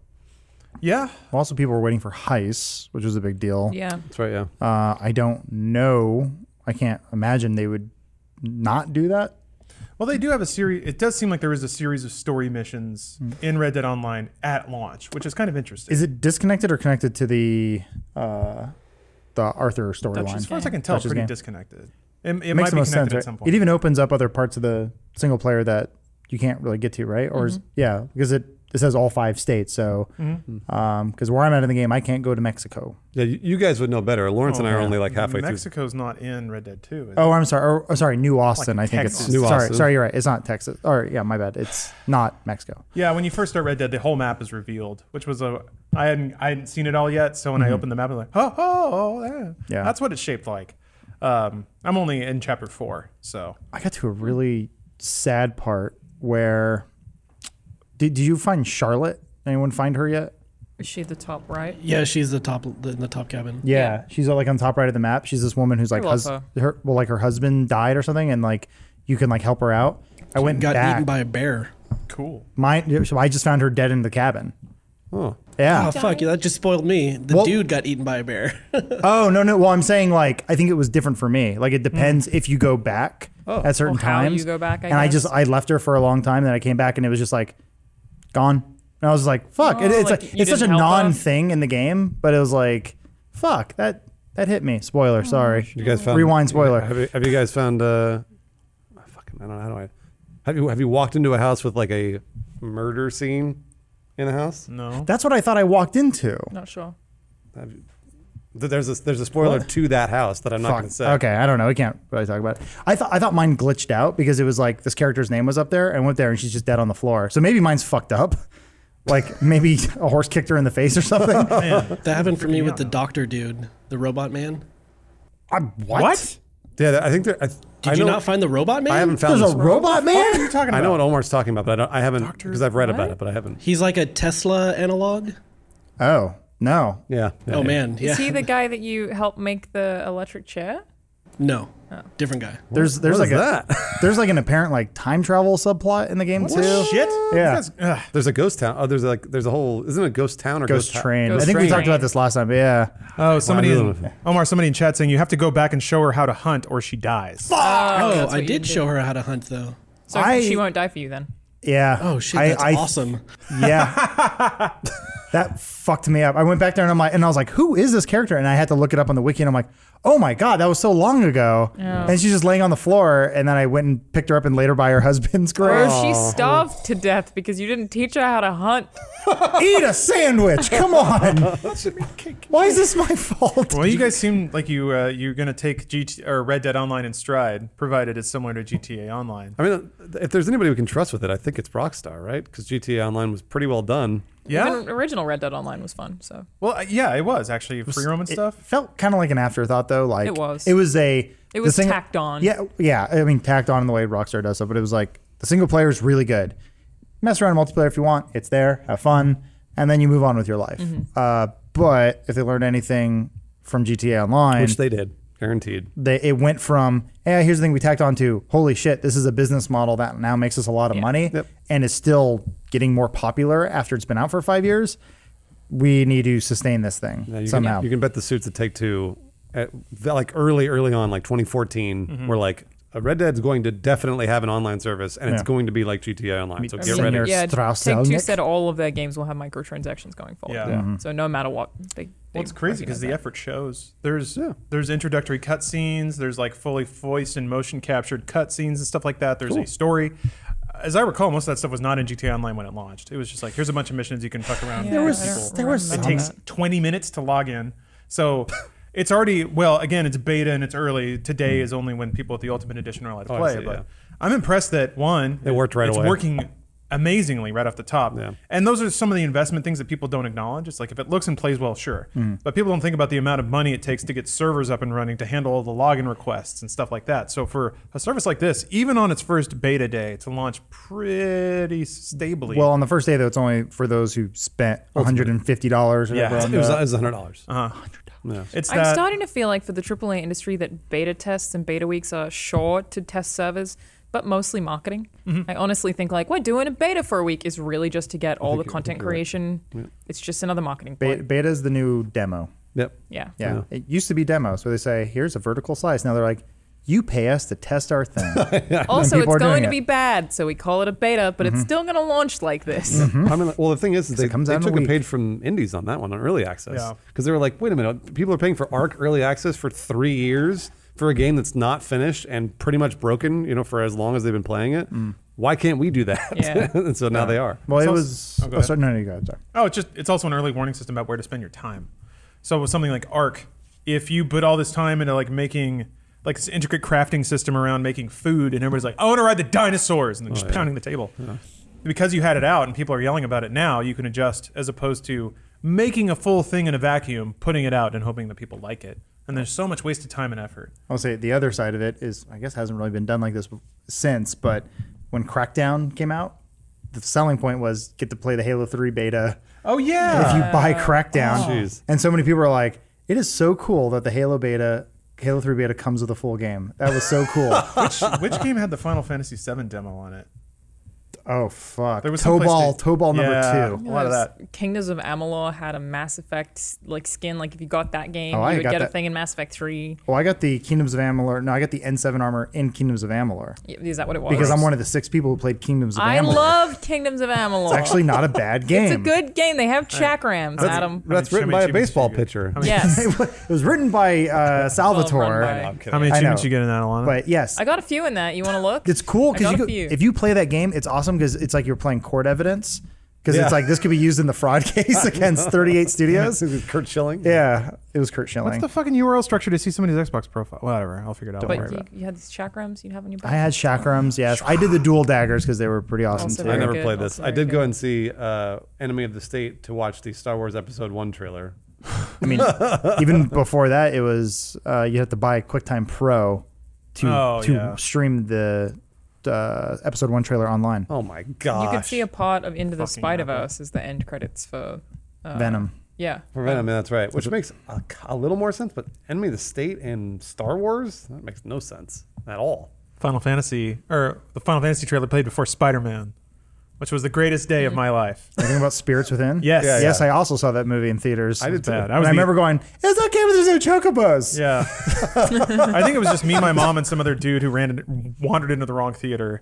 Yeah,
also people were waiting for heists, which was a big deal.
yeah.
that's right. Yeah.
Uh, I don't know. I can't imagine they would not do that.
Well, they do have a series. It does seem like there is a series of story missions in Red Dead Online at launch, which is kind of interesting.
Mm. Is it disconnected or connected to the uh, the Arthur
as
storyline?
far as I can tell,
Touches
pretty
game.
disconnected. It, it
It
might
makes
be connected
the most
at
sense. Right?
some point.
It even opens up other parts of the single player that you can't really get to, right? Or is,
Mm-hmm.
yeah, because it it says all five states. So because
Mm-hmm.
where I'm at in the game, I can't go to Mexico.
Yeah, you you guys would know better. Lawrence
Oh,
and I are only like halfway through.
Mexico's not in Red Dead Two. is it?
Oh, I'm sorry. Oh, oh, sorry, New Austin. I think it's
Texas.
New
sorry,
Austin.
sorry. You're right. It's not Texas. Or yeah, my bad. It's not Mexico.
Yeah, when you first start Red Dead, the whole map is revealed, which was a I hadn't I hadn't seen it all yet. So when I opened the map, I'm like, oh, oh, oh yeah.
Yeah.
that's what it's shaped like. Um, I'm only in chapter four, so
I got to a really sad part where did, did you find Charlotte? Anyone find her yet?
Is she the top right?
Yeah, she's the top the, the top cabin.
Yeah, she's like on top right of the map. She's this woman who's like
love
hus-
her.
her well, like her husband died or something, and like you can like help her out. I went
Got
back.
eaten by a bear.
cool.
Mine, so I just found her dead in the cabin.
Oh.
Yeah.
Oh fuck you! That just spoiled me. The
Well-
dude got eaten by a bear.
Oh no no. Well, I'm saying like I think it was different for me. Like it depends if you go back at certain
Or Mm. Oh, how you
times.
go back, I
and I
guess.
just I left her for a long time. Then I came back and it was just like gone. And I was like, fuck. it,
Oh,
it's
like,
like,
you
it's such a
didn't help her?
non thing in the game, but it was like, fuck that that hit me.
Oh,
Spoiler. Sorry.
You guys found
Rewind spoiler.
Have you, have you guys found? Uh, fucking, I don't know. How do I? Have you have you walked into a house with like a murder scene in the house?
No,
That's what I thought I walked into.
Not sure.
Have you- th- there's a there's a spoiler to that house that I'm not
Fuck.
going to say.
Okay, I don't know. We can't really talk about it. I thought I thought mine glitched out because it was like this character's name was up there and went there and she's just dead on the floor. So maybe mine's fucked up. Like maybe a horse kicked her in the face or something.
that happened for me with the doctor dude, the robot man.
I, what? what?
Yeah, th- I think there. I, th-
Did
I
you
know-
not find the robot man?
I haven't found.
There's
this
a robot man.
talking
I know what Omar's talking about, but I don't. I haven't because I've read about it, but I haven't.
He's like a Tesla analog.
Oh No.
Yeah. yeah,
Oh
yeah.
man, yeah.
Is he the guy that you helped make the electric chair?
no,
Oh.
different guy.
There's there's
what is
like a
that?
there's like an apparent like time travel subplot in the game too.
Shit.
Yeah.
That's- ugh.
There's a ghost town. Oh, there's like there's a whole isn't it a ghost town or
Ghost
ghost, town?
Train.
Ghost
I think we talked
Train.
about this last time. But yeah.
Oh, somebody
Wow.
in, Omar, somebody in chat saying you have to go back and show her how to hunt or she dies.
Oh,
that's
I
what you
did
did.
show her how to hunt though.
So
I-
she won't die for you then.
Yeah.
Oh shit,
I-
that's
I-
awesome.
Yeah. that fucked me up. I went back there and I'm like, and I was like, who is this character? And I had to look it up on the wiki and I'm like, oh my God, that was so long ago. And she's just laying on the floor. And then I went and picked her up and laid her by her husband's
Oh.
grave.
Or she starved to death because you didn't teach her how to hunt.
Eat a sandwich. Come on. Why is this my fault?
Well, you guys seem like you uh, you're gonna take GT or Red Dead Online in stride, provided it's similar to GTA Online.
I mean, if there's anybody we can trust with it, I think it's Rockstar, right? Because GTA Online was pretty well done.
Yeah.
Even original Red Dead Online was fun. So
Well, uh, yeah, it was actually free roam and stuff.
It felt kind of like an afterthought, though. Like
It was.
It was a. the
was
sing-
tacked on.
Yeah, yeah. I mean, tacked on in the way Rockstar does stuff, but it was like the single player is really good. Mess around in multiplayer if you want. It's there. Have fun, and then you move on with your life.
Mm-hmm.
Uh, but if they learned anything from GTA Online,
Which they did, guaranteed.
they it went from yeah here's the thing we tacked on to holy shit this is a business model that now makes us a lot of money and is still getting more popular after it's been out for five years we need to sustain this thing
Yeah, you
somehow
Can, you can bet the suits that Take Two, at, that, like early, early on, like 2014, were like, uh, Red Dead's going to definitely have an online service, and it's
Yeah.
going to be like GTA Online. So
I
get
mean,
ready.
Senior
yeah,
Strauss
Take Two
Zelnick.
said all of their games will have microtransactions going forward.
Yeah. Yeah.
So no matter what, they.
Well, it's crazy because the
effort.
effort shows. There's there's introductory cutscenes. There's like fully voiced and motion captured cutscenes and stuff like that. There's a story. As I recall, most of that stuff was not in GTA Online when it launched. It was just like here's a bunch of missions you can fuck around.
There
with
was-
people.
there was
It
some
takes 20 minutes to log in, so. It's already well. Again, it's beta and it's early. Today is only when people at the Ultimate Edition are allowed to
Hmm. Oh, I
play.
see,
but
yeah.
I'm impressed that one,
It worked right
it's
away.
working amazingly right off the top.
Yeah.
And those are some of the investment things that people don't acknowledge. It's like if it looks and plays well, sure.
Hmm.
But people don't think about the amount of money it takes to get servers up and running to handle all the login requests and stuff like that. So for a service like this, even on its first beta day, to launch pretty stably.
well on the first day though it's only for those who spent $150 or
Yeah.
whatever on
It was, it
the-
was $100.
it's
I'm
that
starting to feel like for the AAA industry that beta tests and beta weeks are short to test servers, but mostly marketing.
Mm-hmm.
I honestly think like we're doing a beta for a week is really just to get all the content creation. It's just another marketing
Be-
point.
beta is the new demo
Yep.
yeah.
yeah. it used to be demos where they say here's a vertical slice now they're like you pay us to test our thing
Also,
people
it's
are doing
going to
it. Mm-hmm.
be bad, so we call it a beta, but it's still going to launch like this.
I mean, well, the thing is, is they,
Hmm? comes
they
out in a
took a,
week.
page from indies on that one on early access
Yeah.
because they were like, wait a minute, people are paying for Arc early access for three years for a game that's not finished and pretty much broken, you know, for as long as they've been playing it.
Mm.
Why can't we do that?
Yeah.
and so now they are.
well it
also-
was
Oh, go
oh,
ahead.
sorry, no no you go ahead, sorry
Oh, it's just it's also an early warning system about where to spend your time. So with something like Arc, if you put all this time into like making like this intricate crafting system around making food, and everybody's like, "I want to ride the dinosaurs," and they're
Oh,
just pounding the table. Because you had it out and people are yelling about it now, you can adjust as opposed to making a full thing in a vacuum, putting it out, and hoping that people like it. And there's so much wasted time and effort.
I'll say the other side of it is, I guess, hasn't really been done like this since. But when Crackdown came out, the selling point was get to play the Halo Three beta
Oh yeah, Oh.
if you buy Crackdown.
Jeez.
And so many people are like, "It is so cool that the Halo beta, Halo Three beta, comes with a full game. That was so cool."
which, which game had the Final Fantasy VII demo on it?
oh fuck!
There was some
Tobal,
place to-
Tobal number
Yeah.
two.
A lot of that.
Kingdoms of Amalur had a Mass Effect like skin. Like if you got that game,
Oh, I
you would
got
get a
that.
thing in Mass Effect Three.
Well, I got the Kingdoms of Amalur. No, I got the N7 armor in Kingdoms of Amalur
Yeah, Is that what it was?
because I'm one of the six people who played Kingdoms of
I
Amalur.
love Kingdoms of Amalur.
it's actually not a bad game.
it's a good game. They have chakrams, Adam.
That's written by a
Shimizu's
baseball
good.
pitcher.
Yes.
it was written by uh, Salvatore.
by-
I'm kidding.
How many
I know.
achievements you get in that, Alana?
But yes,
I got a few in that. You want to look?
it's
I got
cool because you
a few.
go- if you play that game, it's awesome because it's like you're playing court evidence because
Yeah.
it's like this could be used in the fraud case against 38 Studios.
Kurt Schilling.
Yeah, it was Kurt
What's
Schilling.
the fucking URL structure to see somebody's Xbox profile? Whatever, I'll figure it out. Don't
but you, you had these chakrams you'd have on your back.
I had chakrams. Yes, I did the dual daggers because they were pretty awesome
Also
too.
I
Very
never
good,
played
also
this. I
very
did go
good.
and see uh, Enemy of the State to watch the Star Wars Episode One trailer.
I mean, even before that, it was uh, you had to buy QuickTime Pro to
Oh,
to
yeah.
stream the uh, episode one trailer online.
Oh my
you
god!
could see a part of Into the
Fucking
Spider Verse as the end credits for uh,
Venom.
Yeah.
For Venom, yeah, that's right. Which makes a, a little more sense, but Enemy of the State and Star Wars, that makes no sense at all.
Final Fantasy or the Final Fantasy trailer played before Spider Man, which was the greatest day of my life.
Anything about Spirits Within?
Yes. Yeah,
yes,
yeah.
I also saw that movie in theaters.
I
It
did
was
too.
bad.
I was
And
the-
I remember going, "It's okay, but there's no chocobos."
Yeah, I think it was just me, my mom, and some other dude who ran in, wandered into the wrong theater.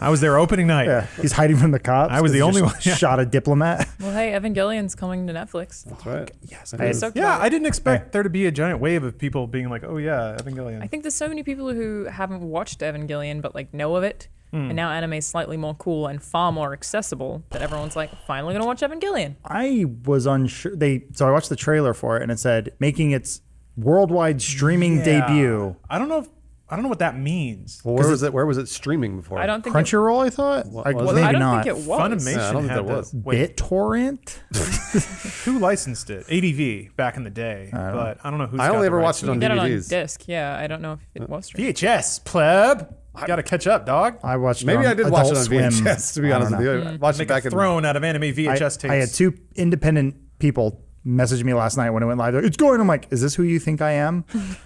I was there opening night.
Yeah, he's hiding from the cops.
I was
'cause
the
he
only
just
one, yeah.
Shot a diplomat.
Well, hey, Evangelion's coming to Netflix.
That's right.
Yes,
That
I-
is-
Stoked
Yeah,
about it.
I didn't expect there to be a giant wave of people being like, "Oh yeah, Evangelion."
I think there's so many people who haven't watched Evangelion but like know of it,
Hmm.
and now anime's slightly more cool and far more accessible that everyone's like, finally gonna watch Evangelion.
I was unsure. They so I watched the trailer for it, and it said making its worldwide streaming
Yeah.
debut.
I don't know. If, I don't know what that means.
Well, where was it? Where was it streaming before?
I don't think. It,
Crunchyroll, I thought. Like,
was it?
maybe
I don't
not.
think it was.
Funimation
Yeah, I don't think
had
that was.
the- wait,
BitTorrent.
who licensed it? ADV back in the day, but I don't know who's.
I
got
only
the
ever
rights
watched
to
it on
Get it on
DVDs.
disc. Yeah, I don't know if
Uh,
it was. streamed.
VHS pleb. Got to catch up, dog.
I watched.
Maybe
it on
I did watch it
Adult
on
Swim.
VHS. To be
I don't
honest with
know.
you, I watched it
Make
back
a
in
throne out of anime VHS
I,
tapes.
I had two independent people message me last night when it went live. They're, It's going. I'm like, is this who you think I am?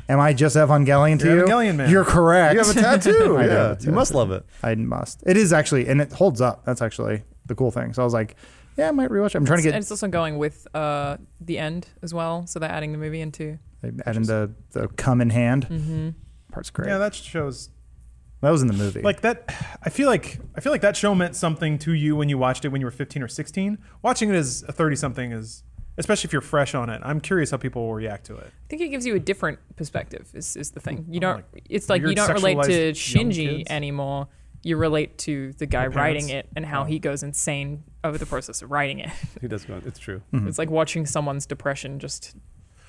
Am I just Evangelion to
You're
you?
Evangelion man.
You're correct.
You have a tattoo.
I do
yeah,
have a
you must love it.
I must. It is actually, and it holds up. That's actually the cool thing. So I was like, yeah, I might rewatch it. I'm trying to
And
get
it's also going with uh, the end as well, so they're adding the movie into.
adding the the cum in hand.
Mm-hmm.
Part's great.
Yeah,
that,
that shows
was in the movie.
like that. I feel like I feel like that show meant something to you when you watched it when you were 15 or 16. Watching it as a 30 something is, especially if you're fresh on it. I'm curious how people will react to it.
I think it gives you a different perspective. Is is the thing you don't?
Oh, like
it's like you
weird
don't relate to
sexualized young
Shinji
kids.
anymore. You relate to the guy
The parents. Oh.
writing it and how he goes insane over the process of writing it.
He does go. It's true.
Mm-hmm.
It's like watching someone's depression just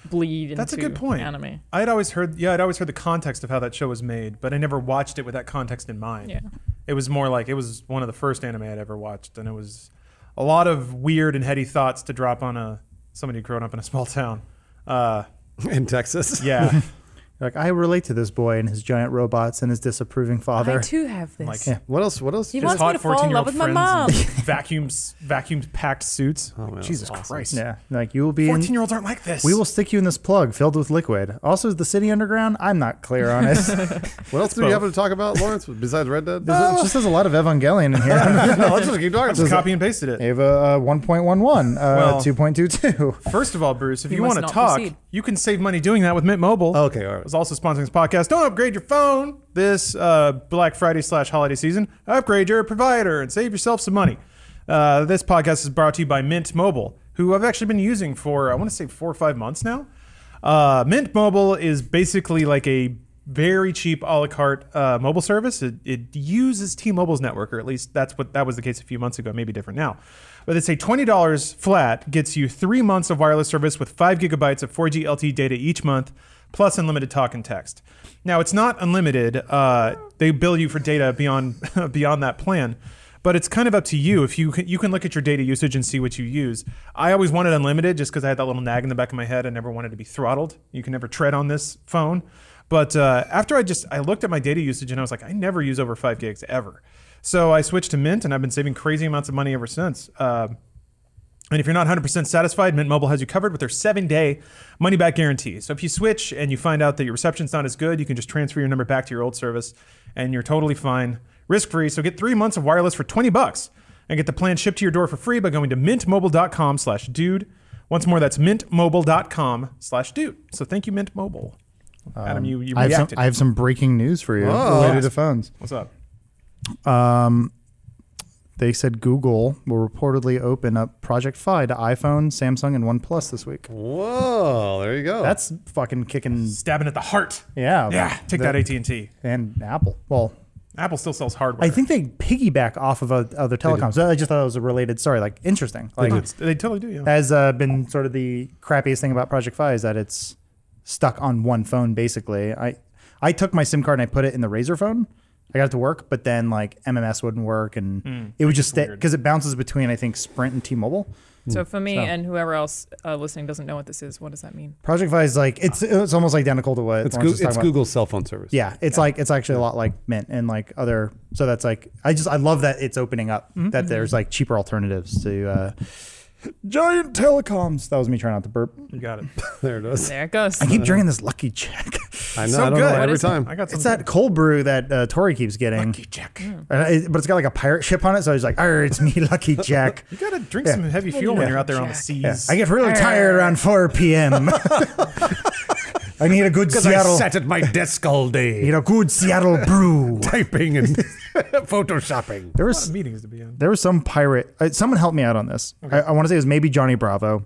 bleed
That's a
into
good point.
anime.
I had always heard, yeah, I'd always heard the context of how that show was made, but I never watched it with that context in mind.
Yeah.
It was more like it was one of the first anime I'd ever watched, and it was a lot of weird and heady thoughts to drop on a somebody growing up in a small town. Uh,
In Texas.
yeah,
like I relate to this boy and his giant robots and his disapproving father.
I too have this.
like
What else? What else?
he
his
wants me
hot
to fall in
14-year-old
love with my
friends
mom.
in vacuums, vacuum packed suits.
Oh,
man, that's
Jesus
awesome.
Christ!
Yeah, like you will be in.
14 year olds aren't like this.
We will stick you in this plug filled with liquid. Also, is the city underground? I'm not clear on it.
What else do we have to talk about, Lawrence? Besides Red Dead?
There's- it just has a lot of Evangelion in here.
no, let's just keep talking.
just copy and pasted it.
Ava uh, 1.11, uh,
Well-
2.22.
First of all, Bruce, if
We
you
must
want
not
to talk,
proceed.
you can save money doing that with Mint Mobile.
Okay, all right.
It's also sponsoring this podcast. Don't upgrade your phone this uh, Black Friday slash holiday season. Upgrade your provider and save yourself some money. Uh, this podcast is brought to you by Mint Mobile, who I've actually been using for I want to say four or five months now. Uh, Mint Mobile is basically like a very cheap a la carte uh, mobile service. It, it uses T-Mobile's network, or at least that's what that was the case a few months ago. Maybe different now, but they say twenty dollars flat gets you three months of wireless service with five gigabytes of 4G LTE data each month, plus unlimited talk and text. Now it's not unlimited. Uh, they bill you for data beyond beyond that plan. But it's kind of up to you. If you can, you can look at your data usage and see what you use. I always wanted unlimited just because I had that little nag in the back of my head. I never wanted to be throttled. You can never tread on this phone. But uh, after I just I looked at my data usage and I was like, I never use over five gigs ever. So I switched to Mint and I've been saving crazy amounts of money ever since. Uh, and if you're not 100% satisfied, Mint Mobile has you covered with their seven day money back guarantee. So if you switch and you find out that your reception's not as good, you can just transfer your number back to your old service and you're totally fine, risk free. So get three months of wireless for 20 bucks and get the plan shipped to your door for free by going to mintmobile.com slash dude. Once more, that's mintmobile.com slash dude. So thank you, Mint Mobile. Adam, you, you
Um, I have, some,
reacted.
I have some breaking news for you related to phones.
What's up?
They said Google will reportedly open up Project Fi to iPhone, Samsung, and OnePlus this week.
Whoa, there you go.
That's fucking kicking.
Stabbing at the heart.
Yeah.
Yeah, take that AT&T.
And Apple. Well,
Apple still sells hardware.
I think they piggyback off of uh, other telecoms. I just thought it was a related story. Like, interesting. Like,
Dude, they totally do. Yeah.
has uh, been sort of the crappiest thing about Project Fi is that it's stuck on one phone basically. I I took my SIM card and I put it in the Razor phone. I got it to work, but then like MMS wouldn't work, and
Hmm.
it would just stay because it bounces between I think Sprint and T-Mobile.
So for me and whoever else uh, listening doesn't know what this is, what does that mean?
Project Fi is like it's it's almost identical to what
it's,
Lawrence
Goo-
was talking
it's
about.
Google's cell phone service.
Yeah, it's like it's actually a lot like Mint and like other. Mm-hmm. So that's like I just I love that it's opening up that there's like cheaper alternatives to uh, Giant telecoms. That was me trying not to burp.
You got it.
There it is.
There it goes.
I keep drinking this Lucky Jack.
I know.
So
I don't
good.
know.
What
Every
is it?
time.
I got some.
it's that cold brew that uh, Tori keeps getting. Lucky Jack. but it's got like a pirate ship on it, so he's like, "Arr, it's me, Lucky Jack."
you gotta drink
Yeah.
some heavy fuel when
Yeah.
you're out there on the seas.
Yeah, I get really tired around 4 p.m. I need a good Seattle.
at my desk all day
need a good Seattle brew.
typing and photoshopping.
There
lot
was
of meetings to be in.
there was some pirate. Uh, someone helped me out on this. I, I want to say it was maybe Johnny Bravo,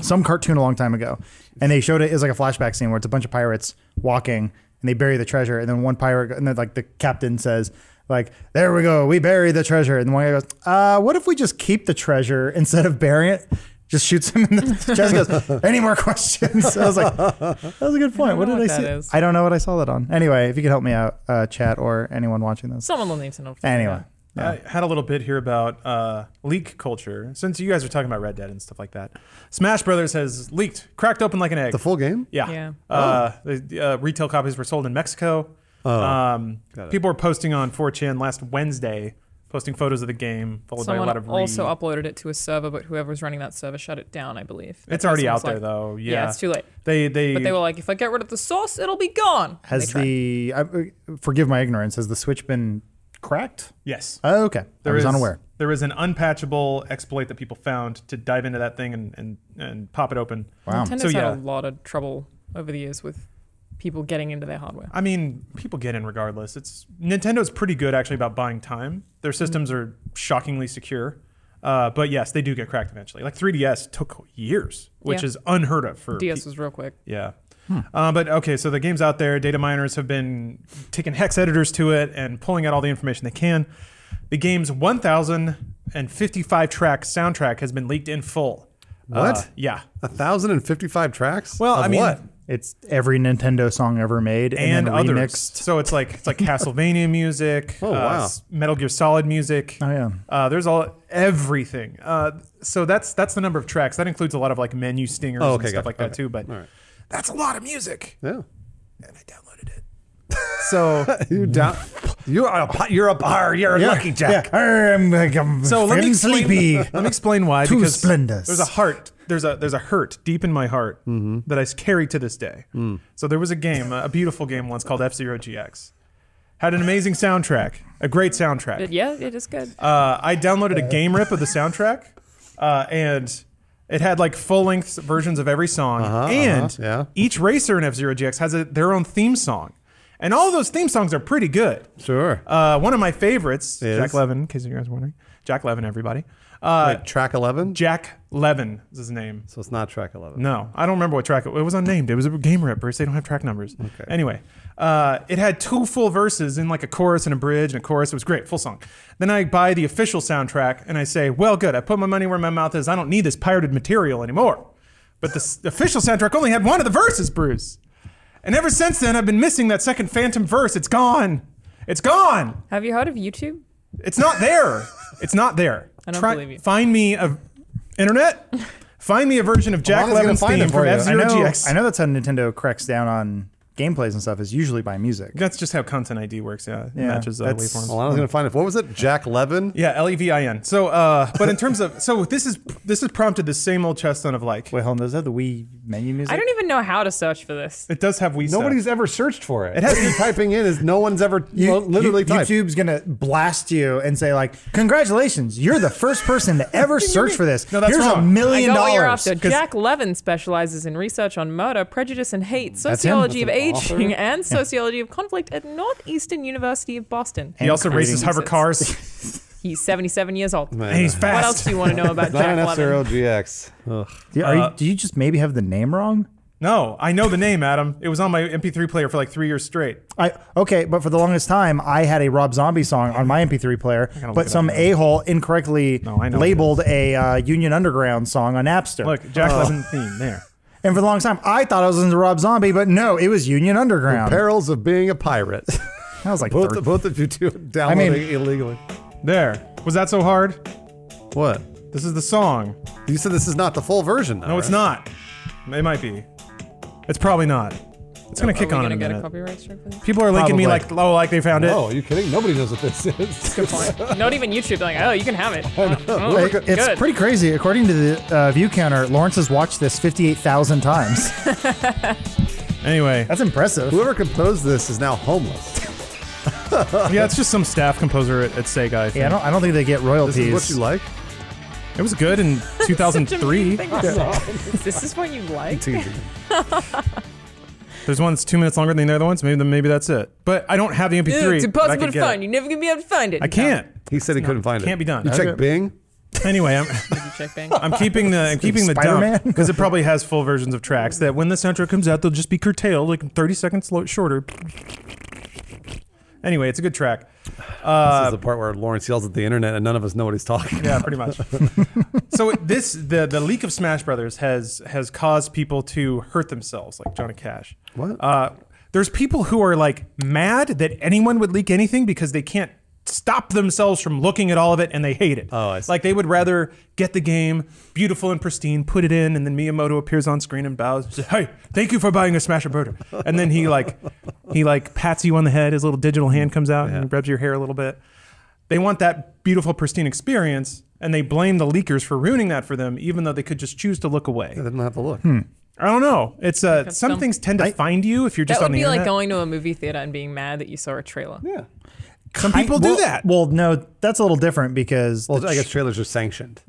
some cartoon a long time ago, and they showed it. It was like a flashback scene where it's a bunch of pirates walking and they bury the treasure, and then one pirate go- and then like the captain says. Like, there we go. We bury the treasure. And one guy goes, uh, what if we just keep the treasure instead of burying it? Just shoots him in the chest and goes, any more questions? I was like, that was a good point.
don't
What
know
did I
what
see?
that is.
I don't know what I saw that on. Anyway, if you could help me out, uh, chat or anyone watching this.
Someone will need to know.
Anyway.
I had a little bit here about uh, leak culture. Since you guys are talking about Red Dead and stuff like that, Smash Brothers has leaked, cracked open like an egg.
The full game?
yeah.
Yeah.
Uh,
Oh.
the uh, retail copies were sold in Mexico. um, people were posting on 4chan last Wednesday, posting photos of the game, followed by a
Someone
lot of re-
also uploaded it to a server, but whoever was running that server shut it down, I believe. That
It's already
person
out
was
there
like-
though. Yeah.
Yeah. it's too late.
They they,
But they were like, if I get rid of the source, it'll be gone. And
Has
they tried.
the I, uh, forgive my ignorance? Has the Switch been cracked?
yes.
Oh, okay, I
There
was
is-
unaware.
There is an unpatchable exploit that people found to dive into that thing and and, and pop it open.
Wow.
Nintendo's
So, yeah.
had a lot of trouble over the years with people getting into their hardware.
I mean, people get in regardless. It's Nintendo's pretty good actually about buying time. Their systems are shockingly secure. Uh, but yes, they do get cracked eventually. Like 3DS took years, which
Yeah.
is unheard of for
DS
pe-
was real quick.
Yeah.
Hmm.
Uh, but okay, so the game's out there. Data miners have been taking hex editors to it and pulling out all the information they can. The game's 1,055 track soundtrack has been leaked in full.
What?
Uh, yeah.
A thousand and fifty-five tracks.
Well,
Of
I mean,
what?
It's every Nintendo song ever made
and
and, then
others.
remixed.
So it's like it's like Castlevania music,
Oh,
uh,
wow.
s- Metal Gear Solid music.
Oh, yeah.
uh, there's all everything. Uh, so that's that's the number of tracks. That includes a lot of like menu stingers
Oh, okay,
and stuff
got it.
like that
Okay.
too. But
All right.
that's a lot of music,
Yeah.
and I downloaded it. So
You down? you are a pi- you're a bar. You're a lucky jack.
Yeah. I'm, like, I'm
so let me
feeling
explain,
sleepy.
Let me explain why.
Two
because
splendors.
There's a heart. There's a there's a hurt deep in my heart
Mm-hmm.
that I s- carry to this day.
Mm.
So there was a game, a beautiful game once called F Zero GX. Had an amazing soundtrack, a great soundtrack.
But yeah, it is good.
uh, I downloaded a game rip of the soundtrack, uh, and it had like full length versions of every song. and
uh-huh, yeah.
each racer in F Zero GX has a, their own theme song, and all of those theme songs are pretty good.
Sure.
Uh, one of my favorites,
Is?
Jack Levin, in case you guys are wondering, Jack Levin, everybody. Uh,
Wait, track eleven.
Jack Levin is his name.
so it's not track eleven.
No, I don't remember what track it, it was unnamed. It was a game rip, Bruce. They don't have track numbers. Okay. Anyway, uh, it had two full verses in like a chorus and a bridge and a chorus. It was great, full song. Then I buy the official soundtrack and I say, well, good. I put my money where my mouth is. I don't need this pirated material anymore. But the s- official soundtrack only had one of the verses, Bruce. And ever since then, I've been missing that second phantom verse. It's gone. It's gone.
Have you heard of YouTube?
It's not there. It's not there. I
don't believe you.
Find me a internet. Find me a version of Jack
Alana's gonna
Levin's
find it
theme
for
from
you. I
F
I
Zero
know.
GX.
I know that's how Nintendo cracks down on gameplays and stuff. Is usually by music.
That's just how content ID works. Yeah, it
Yeah,
matches uh,
that's-
waveforms.
Well, I was gonna find it. What was it? Jack Levin.
Yeah, L E V I N. So, uh, but in terms of so this is this has prompted the same old chestnut of like
Wait, hold on. Is that the Wii menu music?
I don't even know how to search for this.
it does have Wii. stuff.
Nobody's ever searched for it. It
has-
has been typing in is no one's ever
You-
well, literally
you-
typed.
YouTube's gonna blast you and say like, "Congratulations, you're the first person to ever search for this.
No, that's
Here's a
wrong.
million
I got
dollars."
what you're after.
'cause-
Jack Levin specializes in research on murder, prejudice, and hate,
him.
sociology of
That's an author.
aging, and sociology of conflict at Northeastern University of Boston.
He also races
creating
hover
uses.
cars
He's 77 years old.
Man,
and he's
uh,
fast.
What else do you want to know about
Not an
Jack Levin?
F0GX. Ugh.
Yeah, are you, do you just maybe have the name wrong?
No, I know the name, Adam. It was on my MP3 player for like three years straight.
I okay, but for the longest time, I had a Rob Zombie song on my MP3 player,
gotta look
but
it
some
up.
a hole incorrectly
No, I know
labeled a uh, Union Underground song on Napster.
Look, Jack Levin theme there.
and for the longest time, I thought I was listening to Rob Zombie, but no, it was Union Underground.
Perils of being a pirate.
I was like,
both,
thir-
both of you two downloading illegally.
There. Was that so hard?
What?
This is the song.
You said this is not the full version. Though,
No, it's
right?
not. It might be. It's probably not. It's gonna
Are
kick
we
on
gonna
in a
get a
minute.
copyright strike for this?
People are linking me like,
Probably.
oh, like they found it.
Oh, are you kidding? Nobody knows what this is.
Good point. Not even YouTube. They're like, oh, you can have it. Oh,
Like, it's
good.
pretty crazy. According to the uh, view counter, Lawrence has watched this 58,000 times.
Anyway,
That's impressive.
Whoever composed this is now homeless.
yeah, it's just some staff composer at, at Sega. I think.
Yeah, I don't, I don't think they get royalties.
This is what you like?
It was good in 2003.
this is what you like.
It's easy.
There's one that's two minutes longer than the other ones. Maybe then maybe that's it. But I don't have the MP3.
It's
but I
impossible
could
to
get it.
find. You're never gonna be able to find it.
I can't.
He said he couldn't find it.
Can't be done.
You
Okay.
check Bing?
Anyway, I'm,
No. Check bang.
I'm keeping the I'm keeping the
Spider-Man?
dump because it probably has full versions of tracks that when the soundtrack comes out they'll just be curtailed like 30 seconds lo- shorter. Anyway, it's a good track.
this is the part where Lawrence yells at the internet and none of us know what he's talking about.
Yeah, pretty much. so it- this the the leak of Smash Brothers has has caused people to hurt themselves, like Johnny Cash.
What?
Uh, there's people who are like mad that anyone would leak anything because they can't stop themselves from looking at all of it and they hate it.
Oh, I see.
Like they would rather get the game beautiful and pristine, put it in, and then Miyamoto appears on screen and bows. and says, hey, thank you for buying a Smash Burger. And then he like he like pats you on the head. His little digital hand comes out and rubs your hair a little bit. They want that beautiful, pristine experience, and they blame the leakers for ruining that for them, even though they could just choose to look away.
I didn't have to look.
I don't know. It's uh, some
dumb.
things tend to find you if you're just
That would
on the
be
internet.
like going to a movie theater and being mad that you saw a trailer.
Yeah.
some people do
well,
that.
Well, no, that's a little different because
Well,
the
I
ch-
guess trailers are sanctioned.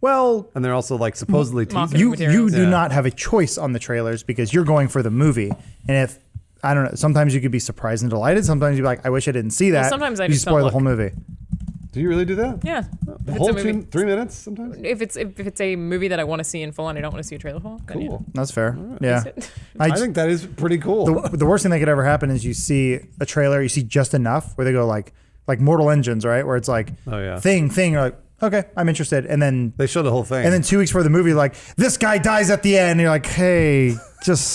well,
And they're also like supposedly teasers.
marketing
you you
materials.
do
Yeah.
not have a choice on the trailers because you're going for the movie. And if I don't know, sometimes you could be surprised and delighted. Sometimes you'd be like, I wish I didn't see that.
sometimes I
you
just
spoil
don't
the whole movie.
Do you really do that?
Yeah.
The
If it's a
whole
movie-
two, three minutes sometimes?
If it's if, if it's a movie that I want to see in full and I don't want to see a trailer for, then
Cool.
That's fair. Yeah, I,
I think that is pretty cool.
the, the worst thing that could ever happen is you see a trailer, you see just enough where they go like like Mortal Engines, right? Where it's like
Oh, yeah.
thing thing. You're like, okay, I'm interested, and then
they showed the whole thing.
and then two weeks before the movie, like this guy dies at the end. And you're like, hey, just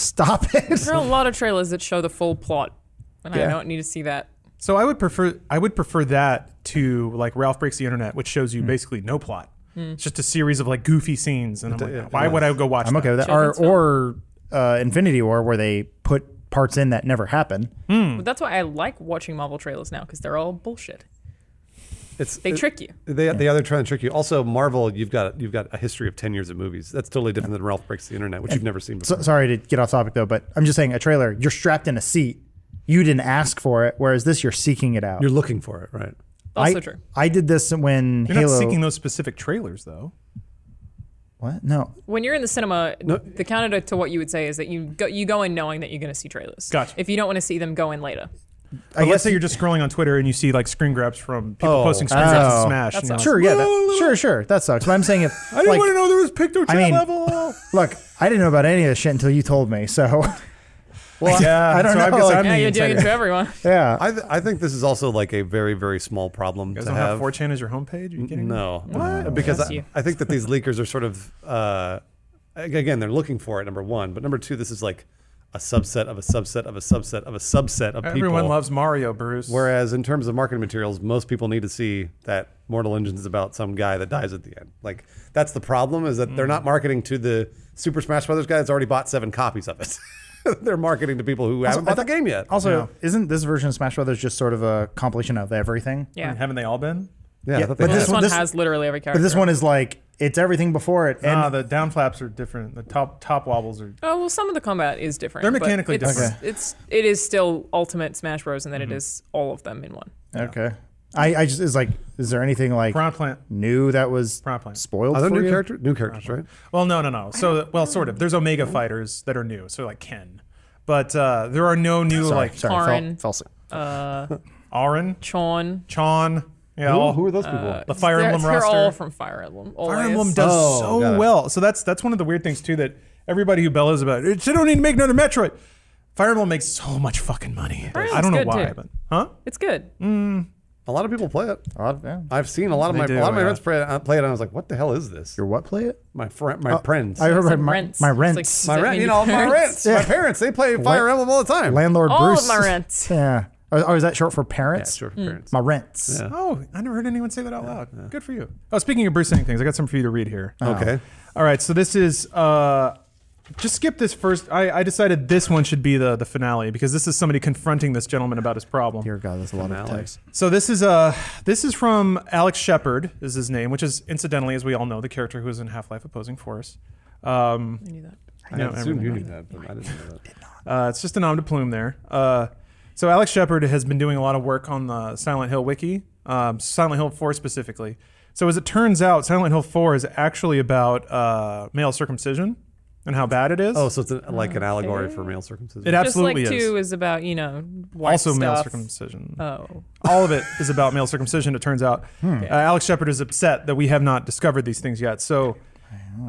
stop it.
There are a lot of trailers that show the full plot, and
Yeah.
I don't need to see that.
so I would prefer I would prefer that to like Ralph Breaks the Internet, which shows
Hmm.
you basically no plot.
Hmm.
It's just a series of like goofy scenes, and I'm like,
yeah,
why
yeah.
would I go watch?
uh, I'm okay with that. Or,
Children's film.
or uh, Infinity War, where they put parts in that never happen.
Hmm.
But that's why I like watching Marvel trailers now because they're all bullshit.
it's,
They trick you.
They, they are trying to trick you. Also, Marvel, you've got you've got a history of ten years of movies. That's totally different than Ralph Breaks the Internet, which you've never seen before.
So, sorry to get off topic though, but I'm just saying a trailer. You're strapped in a seat. You didn't ask for it, whereas this you're seeking it out.
You're looking for it, right?
Also
I,
true.
I did this when
You're
Halo.
not seeking those specific trailers though.
what? No,
When you're in the cinema, the counter to what you would say is that you go you go in knowing that you're going to see trailers.
Gotcha.
If you don't want to see them, go in later.
I
But let's
guess
say you're just scrolling on Twitter and you see like screen grabs from people
Oh.
posting screen grabs of
Oh.
Smash. and
That's
you're like,
not-
sure. Yeah, that, sure, sure. That sucks. But I'm saying if I like,
know there was picto
I mean, look, I didn't know about any of this shit until you told me. So, well,
Yeah,
I don't
so I
know.
guess
like,
I'm-
Yeah,
mean,
you're doing it
sorry.
to everyone.
yeah,
I, th- I think this is also like a very very small problem
You guys
to
don't have
have.
4chan as your homepage? Are you kidding me?
no, what? Because
That's
I,
you.
I think that these leakers are sort of uh, ag- again they're looking for it. Number one, but number two, this is like a subset of a subset of a subset of a subset of people.
Everyone loves Mario, Bruce.
Whereas in terms of marketing materials, most people need to see that Mortal Engines is about some guy that dies at the end. Like that's the problem is that they're not marketing to the Super Smash Brothers guy that's already bought seven copies of it. they're marketing to people who haven't bought the game yet.
Also, isn't this version of Smash Brothers just sort of a compilation of everything?
Yeah.
haven't they all been?
yeah, I thought they
but
did.
this,
one-
one
this-
has literally every character.
But this one is like it's everything before it, and
ah, the down flaps are different. The top top wobbles are.
Oh well, some of the combat is different.
They're
but
mechanically
it's,
different. Mm-hmm.
It's it is still Ultimate Smash Bros. and then it is all of them in one.
okay. I, I just is like, is there anything like
Ground plant.
new that was
Ground plant.
spoiled?
are there
for
new
you?
characters? New characters, right?
Well, no, no, no. So, well, sort of. There's Omega fighters that are new, so like Ken, but uh, there are no new
Sorry,
like
sorry, fell,
Karin.
fell asleep.
Auron,
Chon.
Chon. Yeah, all,
who are those people?
the Fire
they're,
Emblem
they're
roster.
all from Fire Emblem. All
Fire
is.
Emblem does
Oh, got
so
it.
well. So that's that's one of the weird things too that everybody who bellows about it, they don't need to make another Metroid. Fire Emblem makes so much fucking money.
Fire
I don't know
Emblem's
why,
good,
but
too.
huh?
It's good.
a lot of people play it.
Oh.
A lot of- yeah.
I've seen a lot of
They
my
do,
a lot of my
yeah.
friends play it, uh, play it, and I was like, "What the hell is this?"
Your what play it?
My friend, my friends,
I heard
It's
my,
like
my,
rents.
my
It's like-
rents.
my
Does that
rent,
mean
you
your
know, my rents,
parents?
my parents, they play Fire Emblem all the time.
Landlord
All
Bruce.
of my rents.
Yeah. Or, or is that short for
yeah,
parents?
sure, parents.
My rents.
Yeah.
Oh, I never heard anyone say that out loud. Good for you. Oh, speaking of Bruce saying things, I got some for you to read here.
Okay.
All right, so this is uh, Just skip this first. I, I decided this one should be the, the finale because this is somebody confronting this gentleman about his problem.
Dear God, that's a lot of
Finale.
text.
So this is uh this is from Alex Shepard is his name, which is incidentally, as we all know, the character who was in Half Life Opposing Force. Um,
I knew that.
I
No,
assume
everyone
you
knows.
knew that, but I didn't know that.
uh, it's just a nom de plume there. Uh, so Alex Shepard has been doing a lot of work on the Silent Hill wiki, um, Silent Hill 4 specifically. So as it turns out, Silent Hill 4 is actually about uh, male circumcision and how bad it is.
Oh, so it's a, like an allegory for male circumcision.
it absolutely
Just like
is.
two is about you know white
also male
stuff.
circumcision.
Oh,
all of it is about male circumcision. It turns out, uh, Alex Shepard is upset that we have not discovered these things yet. So,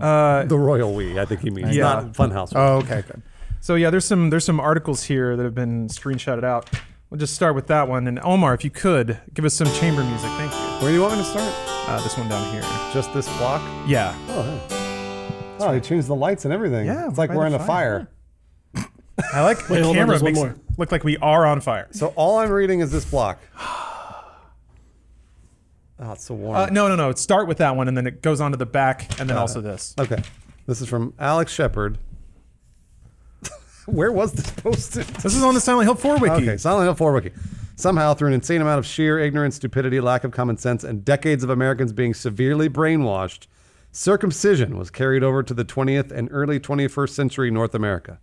uh,
the royal we, I think he means,
Yeah.
not funhouse.
Oh, okay, good.
so yeah, there's some there's some articles here that have been screenshotted out. We'll just start with that one. And Omar, if you could give us some chamber music, thank you.
Where do you want me to start?
Uh, this one down here.
Just this block?
Yeah,
Oh, hey. oh, they changed the lights and everything.
Yeah,
it's like
by
we're
the
in a fire.
I like the
Wait, hold on,
camera
there's one
makes
more.
it look like we are on fire.
So all I'm reading is this block. Oh, it's so warm.
Uh, no, no, no. Start with that one, and then it goes on to the back, and then also this.
Okay, this is from Alex Shepard. Where was this posted?
This is on the Silent Hill 4 wiki.
Okay, Silent Hill 4 wiki. Somehow, through an insane amount of sheer ignorance, stupidity, lack of common sense, and decades of Americans being severely brainwashed, circumcision was carried over to the 20th and early 21st century North America.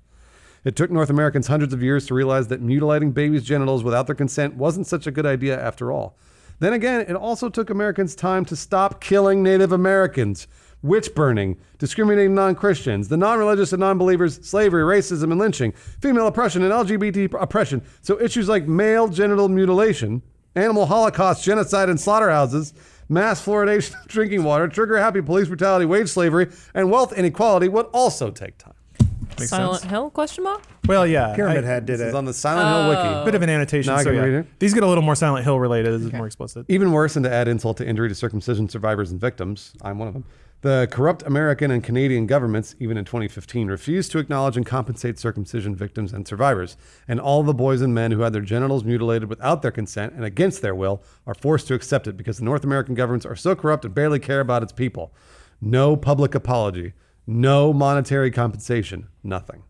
It took North Americans hundreds of years to realize that mutilating babies' genitals without their consent wasn't such a good idea after all. Then again, it also took Americans time to stop killing Native Americans, witch burning, discriminating non Christians, the non religious and non believers, slavery, racism, and lynching, female oppression, and LGBT oppression. So issues like male genital mutilation, animal holocaust, genocide, and slaughterhouses. Mass fluoridation of drinking water, trigger happy police brutality, wage slavery, and wealth inequality would also take time.
Makes
Silent
sense.
Hill? Question mark.
Well, yeah.
Pyramid
I-
Head did
This is
it.
on the Silent Hill Wiki.
Bit of an annotation.
Now I
so
can
yeah.
read it.
These get a little more Silent Hill related. This is more explicit.
Even worse, and to add insult to injury to circumcision survivors and victims, I'm one of them. The corrupt American and Canadian governments, even in 2015, refused to acknowledge and compensate circumcision victims and survivors. And all the boys and men who had their genitals mutilated without their consent and against their will are forced to accept it because the North American governments are so corrupt and barely care about its people. No public apology, no monetary compensation, nothing.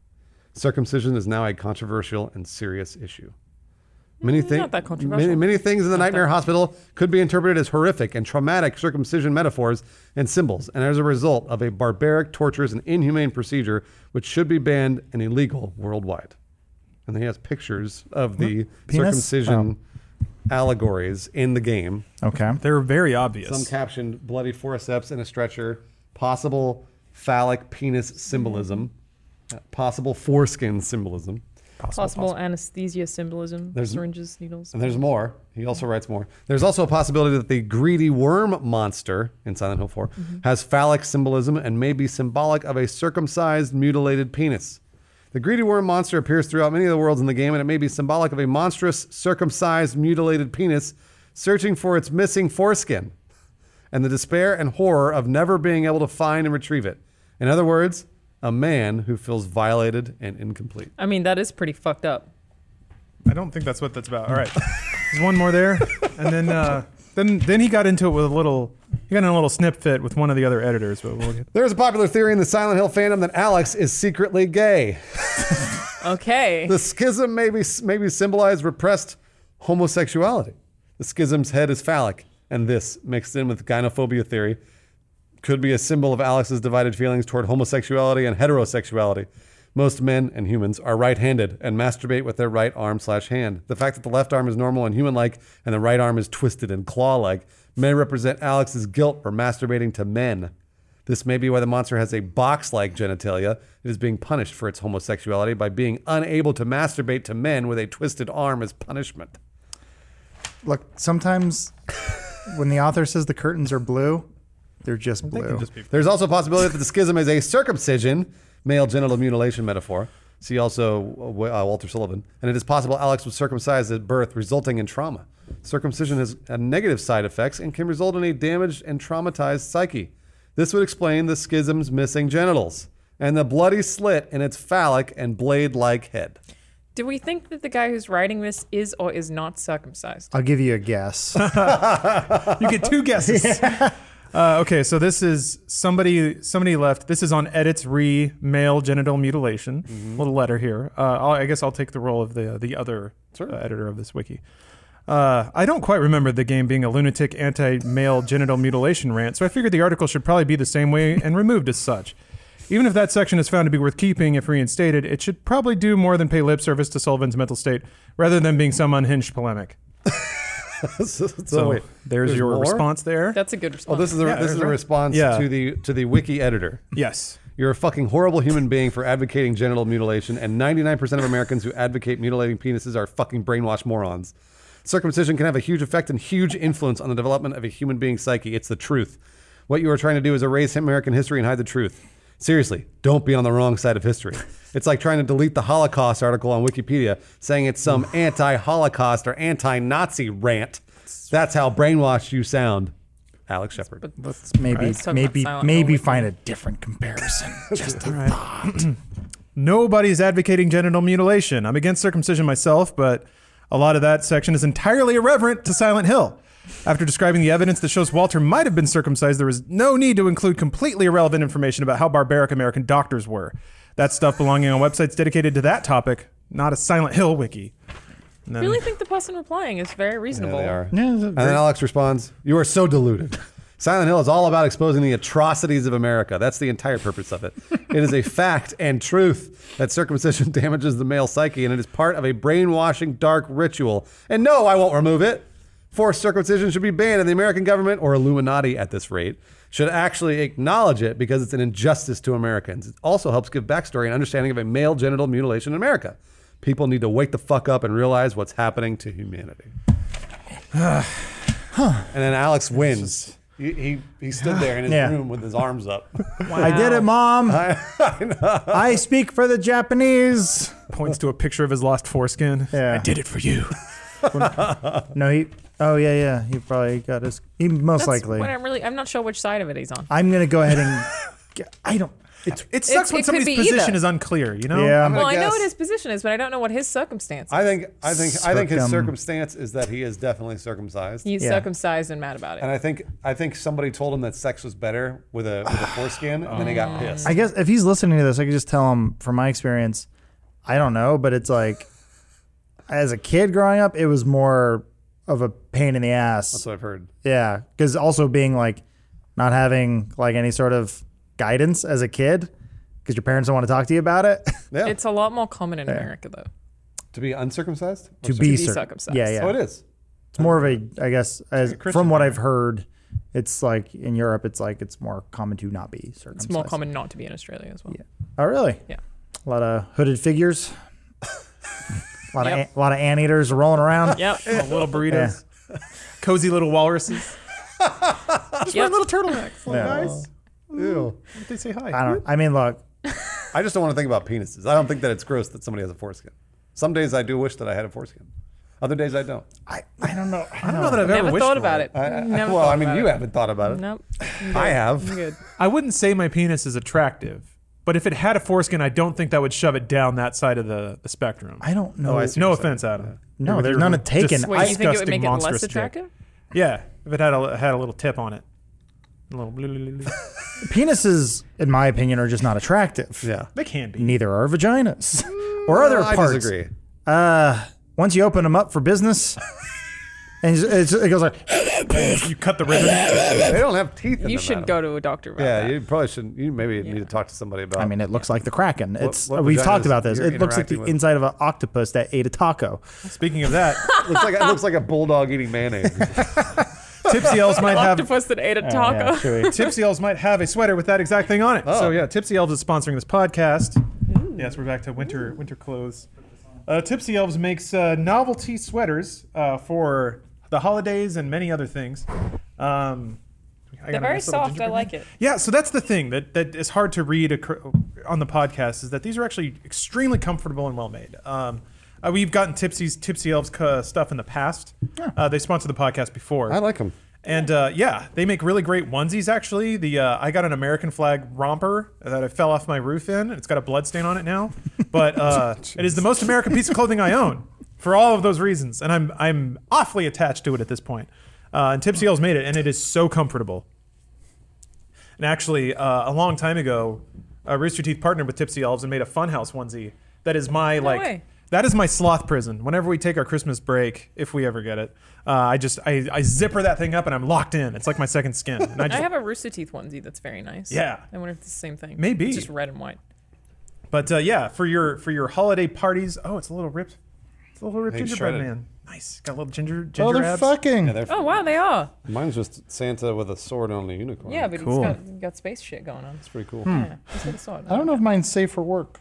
Circumcision is now a controversial and serious issue. Many things,
Mm, not that controversial.
Many, many things in the Nightmare Hospital could be interpreted as horrific and traumatic circumcision metaphors and symbols, and as a result of a barbaric, torturous, and inhumane procedure which should be banned and illegal worldwide. And then he has pictures of the
Penis?
circumcision allegories in the game.
Okay.
They're very obvious.
Some captioned bloody forceps in a stretcher, possible phallic penis symbolism,
Mm-hmm.
uh, possible foreskin symbolism.
Possible, anesthesia symbolism.
There's-
syringes, needles.
And there's more. He also writes more. There's also a possibility that the greedy worm monster in Silent Hill 4 has phallic symbolism and may be symbolic of a circumcised, mutilated penis. The greedy worm monster appears throughout many of the worlds in the game, and it may be symbolic of a monstrous, circumcised, mutilated penis searching for its missing foreskin and the despair and horror of never being able to find and retrieve it. In other words, a man who feels violated and incomplete.
I mean, that is pretty fucked up.
I don't think that's what that's about. All right, there's one more there, and then uh, then then he got into it with a little he got in a little snip fit with one of the other editors. But we'll get,
There's a popular theory in the Silent Hill fandom that Alex is secretly gay.
Okay.
The schism maybe maybe symbolized repressed homosexuality. The schism's head is phallic, and this mixed in with gynophobia theory could be a symbol of Alex's divided feelings toward homosexuality and heterosexuality. Most men and humans are right-handed and masturbate with their right arm slash hand. The fact that the left arm is normal and human-like and the right arm is twisted and claw-like may represent Alex's guilt for masturbating to men. This may be why the monster has a box-like genitalia. It is being punished for its homosexuality by being unable to masturbate to men with a twisted arm as punishment.
Look, sometimes when the author says the curtains are blue, they're just blue.
There's also a possibility that the schism is a circumcision, male genital mutilation metaphor. See also uh, Wa- uh, Walter Sullivan. And it is possible Alex was circumcised at birth, resulting in trauma. Circumcision has uh, negative side effects and can result in a damaged and traumatized psyche. This would explain the schism's missing genitals and the bloody slit in its phallic and blade like head.
Do we think that the guy who's writing this is or is not circumcised?
I'll give you a guess.
you get two guesses. Uh, okay, so this is somebody somebody left. This is on edits re male genital mutilation. Little letter here. Uh, I'll, I guess I'll take the role of the the other uh, editor of this wiki. Uh, I don't quite remember the game being a lunatic anti male genital mutilation rant, so I figured the article should probably be the same way and removed as such. Even if that section is found to be worth keeping if reinstated, it should probably do more than pay lip service to Sullivan's mental state rather than being some unhinged polemic.
so,
So
wait,
there's, your
more?
response there.
That's a good response.
Oh, this is a,
Yeah,
this is
there's
a
right.
response
Yeah.
to the to the wiki editor.
yes.
You're a fucking horrible human being for advocating genital mutilation, and 99% of Americans who advocate mutilating penises are fucking brainwashed morons. Circumcision can have a huge effect and huge influence on the development of a human being's psyche. It's the truth. What you are trying to do is erase American history and hide the truth. Seriously, don't be on the wrong side of history. It's like trying to delete the Holocaust article on Wikipedia, saying it's some anti Holocaust or anti Nazi rant. That's how brainwashed you sound, Alex Shepard.
Let's maybe
Let's talk about
maybe
Silent Hill
maybe
with
find a different comparison. Just a thought.
Nobody's advocating genital mutilation. I'm against circumcision myself, but a lot of that section is entirely irreverent to Silent Hill. After describing the evidence that shows Walter might have been circumcised, there was no need to include completely irrelevant information about how barbaric American doctors were. That stuff belonging on websites dedicated to that topic, not a Silent Hill wiki. And
I
then-
really think the person replying is very reasonable.
Yeah, they are.
Yeah, it's a
and
very-
then Alex responds, "You are so deluded." Silent Hill is all about exposing the atrocities of America. That's the entire purpose of it. it is a fact and truth that circumcision damages the male psyche, and it is part of a brainwashing dark ritual. And no, I won't remove it. Forced circumcision should be banned, and the American government, or Illuminati at this rate, should actually acknowledge it because it's an injustice to Americans. It also helps give backstory and understanding of a male genital mutilation in America. People need to wake the fuck up and realize what's happening to humanity and then Alex wins. he, he he stood there in his
Yeah.
room with his arms up.
I did it, mom. I, speak for the Japanese.
points to a picture of his lost foreskin.
Yeah.
Did it for you.
No, he. Oh yeah, yeah. He probably got his. He most
That's
likely.
what I'm really. I'm not sure which side of it he's on.
I'm gonna go ahead and. get- I don't. It's
It sucks
It's-
when
it could
somebody's
be
position
either.
is unclear, you know?
yeah.
gonna
Well, I know
guess-
what his position is, but I don't know what his circumstance. Is.
I think I think I think his
Circum-
circumstance is that he is definitely circumcised.
He's
Yeah.
circumcised and mad about it.
And I think I think somebody told him that sex was better with a with a foreskin, and then he got pissed.
I guess if he's listening to this, I could just tell him from my experience. I don't know, but it's like, as a kid growing up, it was more of a pain in the ass.
That's what I've heard.
Yeah, because also being like not having like any sort of guidance as a kid, because your parents don't want to talk to you about
Oh,
it.
Yeah,
It's a lot more common in America, though.
to be uncircumcised.
to be
be
cir-
circumcised.
Yeah, yeah.
Oh, it is.
It's more of a, I guess, as
Christian
from what I've heard, it's like in Europe, it's like it's more common to not be circumcised.
It's more common not to be in Australia as well.
Oh, really?
Yeah.
A lot of hooded figures. a lot
Yep.
of a lot of anteaters rolling around.
Yep.
Oh, little burritos. Cozy little walruses.
Yep.
Little guys.
Ew.
They say hi.
I don't. I mean, look.
I just don't want to think about penises. I don't think that it's gross that somebody has a foreskin. Some days I do wish that I had a foreskin. Other days I don't.
I, I don't know. I don't,
I don't know that I've ever
Never
wished
thought
for
about it.
I, I-
Never
well,
thought
I mean,
about
you
it.
haven't thought about it.
Nope.
I have.
Good.
I wouldn't say my penis is attractive, but if it had a foreskin, I don't think that would shove it down that side of the, the spectrum.
I don't know.
I see.
no offense, Adam.
No,
With
there's
your
none taken.
dis-
Wait, you think it would
disgusting
make it
monstrous
less
dick.
attractive?
Yeah, if it had a had a little tip on it, a little. blue- blue- blue- blue.
Penises, in my opinion, are just not attractive.
Yeah.
They can be.
Neither are vaginas or other
Mm, I
parts.
disagree.
Uh, once you open them up for business, and it's, it's, it goes like,
You cut the ribbon.
They don't have teeth. In
You
them,
should
Adam.
go to a doctor about
Yeah,
that.
you probably shouldn't. You maybe need to talk to somebody about.
I mean, it looks like the Kraken. It's
what
we've talked
vaginas
about this.
you're
It looks like the
interacting with.
inside of an octopus that ate a taco.
Speaking of that,
it looks like it looks like a bulldog eating mayonnaise.
tipsy elves might have
Octopus that ate a taco.
tipsy elves might have a sweater with that exact thing on it. So
Oh.
yeah, tipsy elves is sponsoring this podcast. Yes, we're back to winter winter clothes. Uh, tipsy elves makes uh, novelty sweaters uh, for the holidays and many other things. Um, I got a
They're very
nice little
soft. I
gingerbread
like it.
Yeah, so that's the thing that that is hard to read acro- on the podcast is that these are actually extremely comfortable and well made. Um, uh, we've gotten Tipsy's Tipsy Elves uh, stuff in the past. Uh, they sponsored the podcast before.
I like them.
And uh, yeah, they make really great onesies. Actually, the uh, I got an American flag romper that I fell off my roof in. It's got a blood stain on it now, but uh, it is the most American piece of clothing I own for all of those reasons, and I'm I'm awfully attached to it at this point. Uh, and Tipsy Elves made it, and it is so comfortable. And actually, uh, a long time ago, uh, Rooster Teeth partnered with Tipsy Elves and made a Funhouse onesie. That is my like.
way.
That is my sloth prison. Whenever we take our Christmas break, if we ever get it, uh, I just I, I zipper that thing up and I'm locked in. It's like my second skin. And I
I
just
have a rooster teeth onesie that's very nice.
Yeah.
I wonder if it's the same thing.
Maybe.
It's just red and white.
But uh, yeah, for your for your holiday parties. Oh, it's a little ripped. It's a little ripped
Hey,
gingerbread
shredded.
man. Nice. Got a little ginger ginger abs.
Motherfucking.
Yeah, they're-
Oh wow, they are.
mine's just Santa with a sword on a unicorn.
Yeah, but
Cool.
he's got, he's got space shit going on.
it's pretty cool.
Yeah, he's got a sword.
I don't know if mine's safe for work.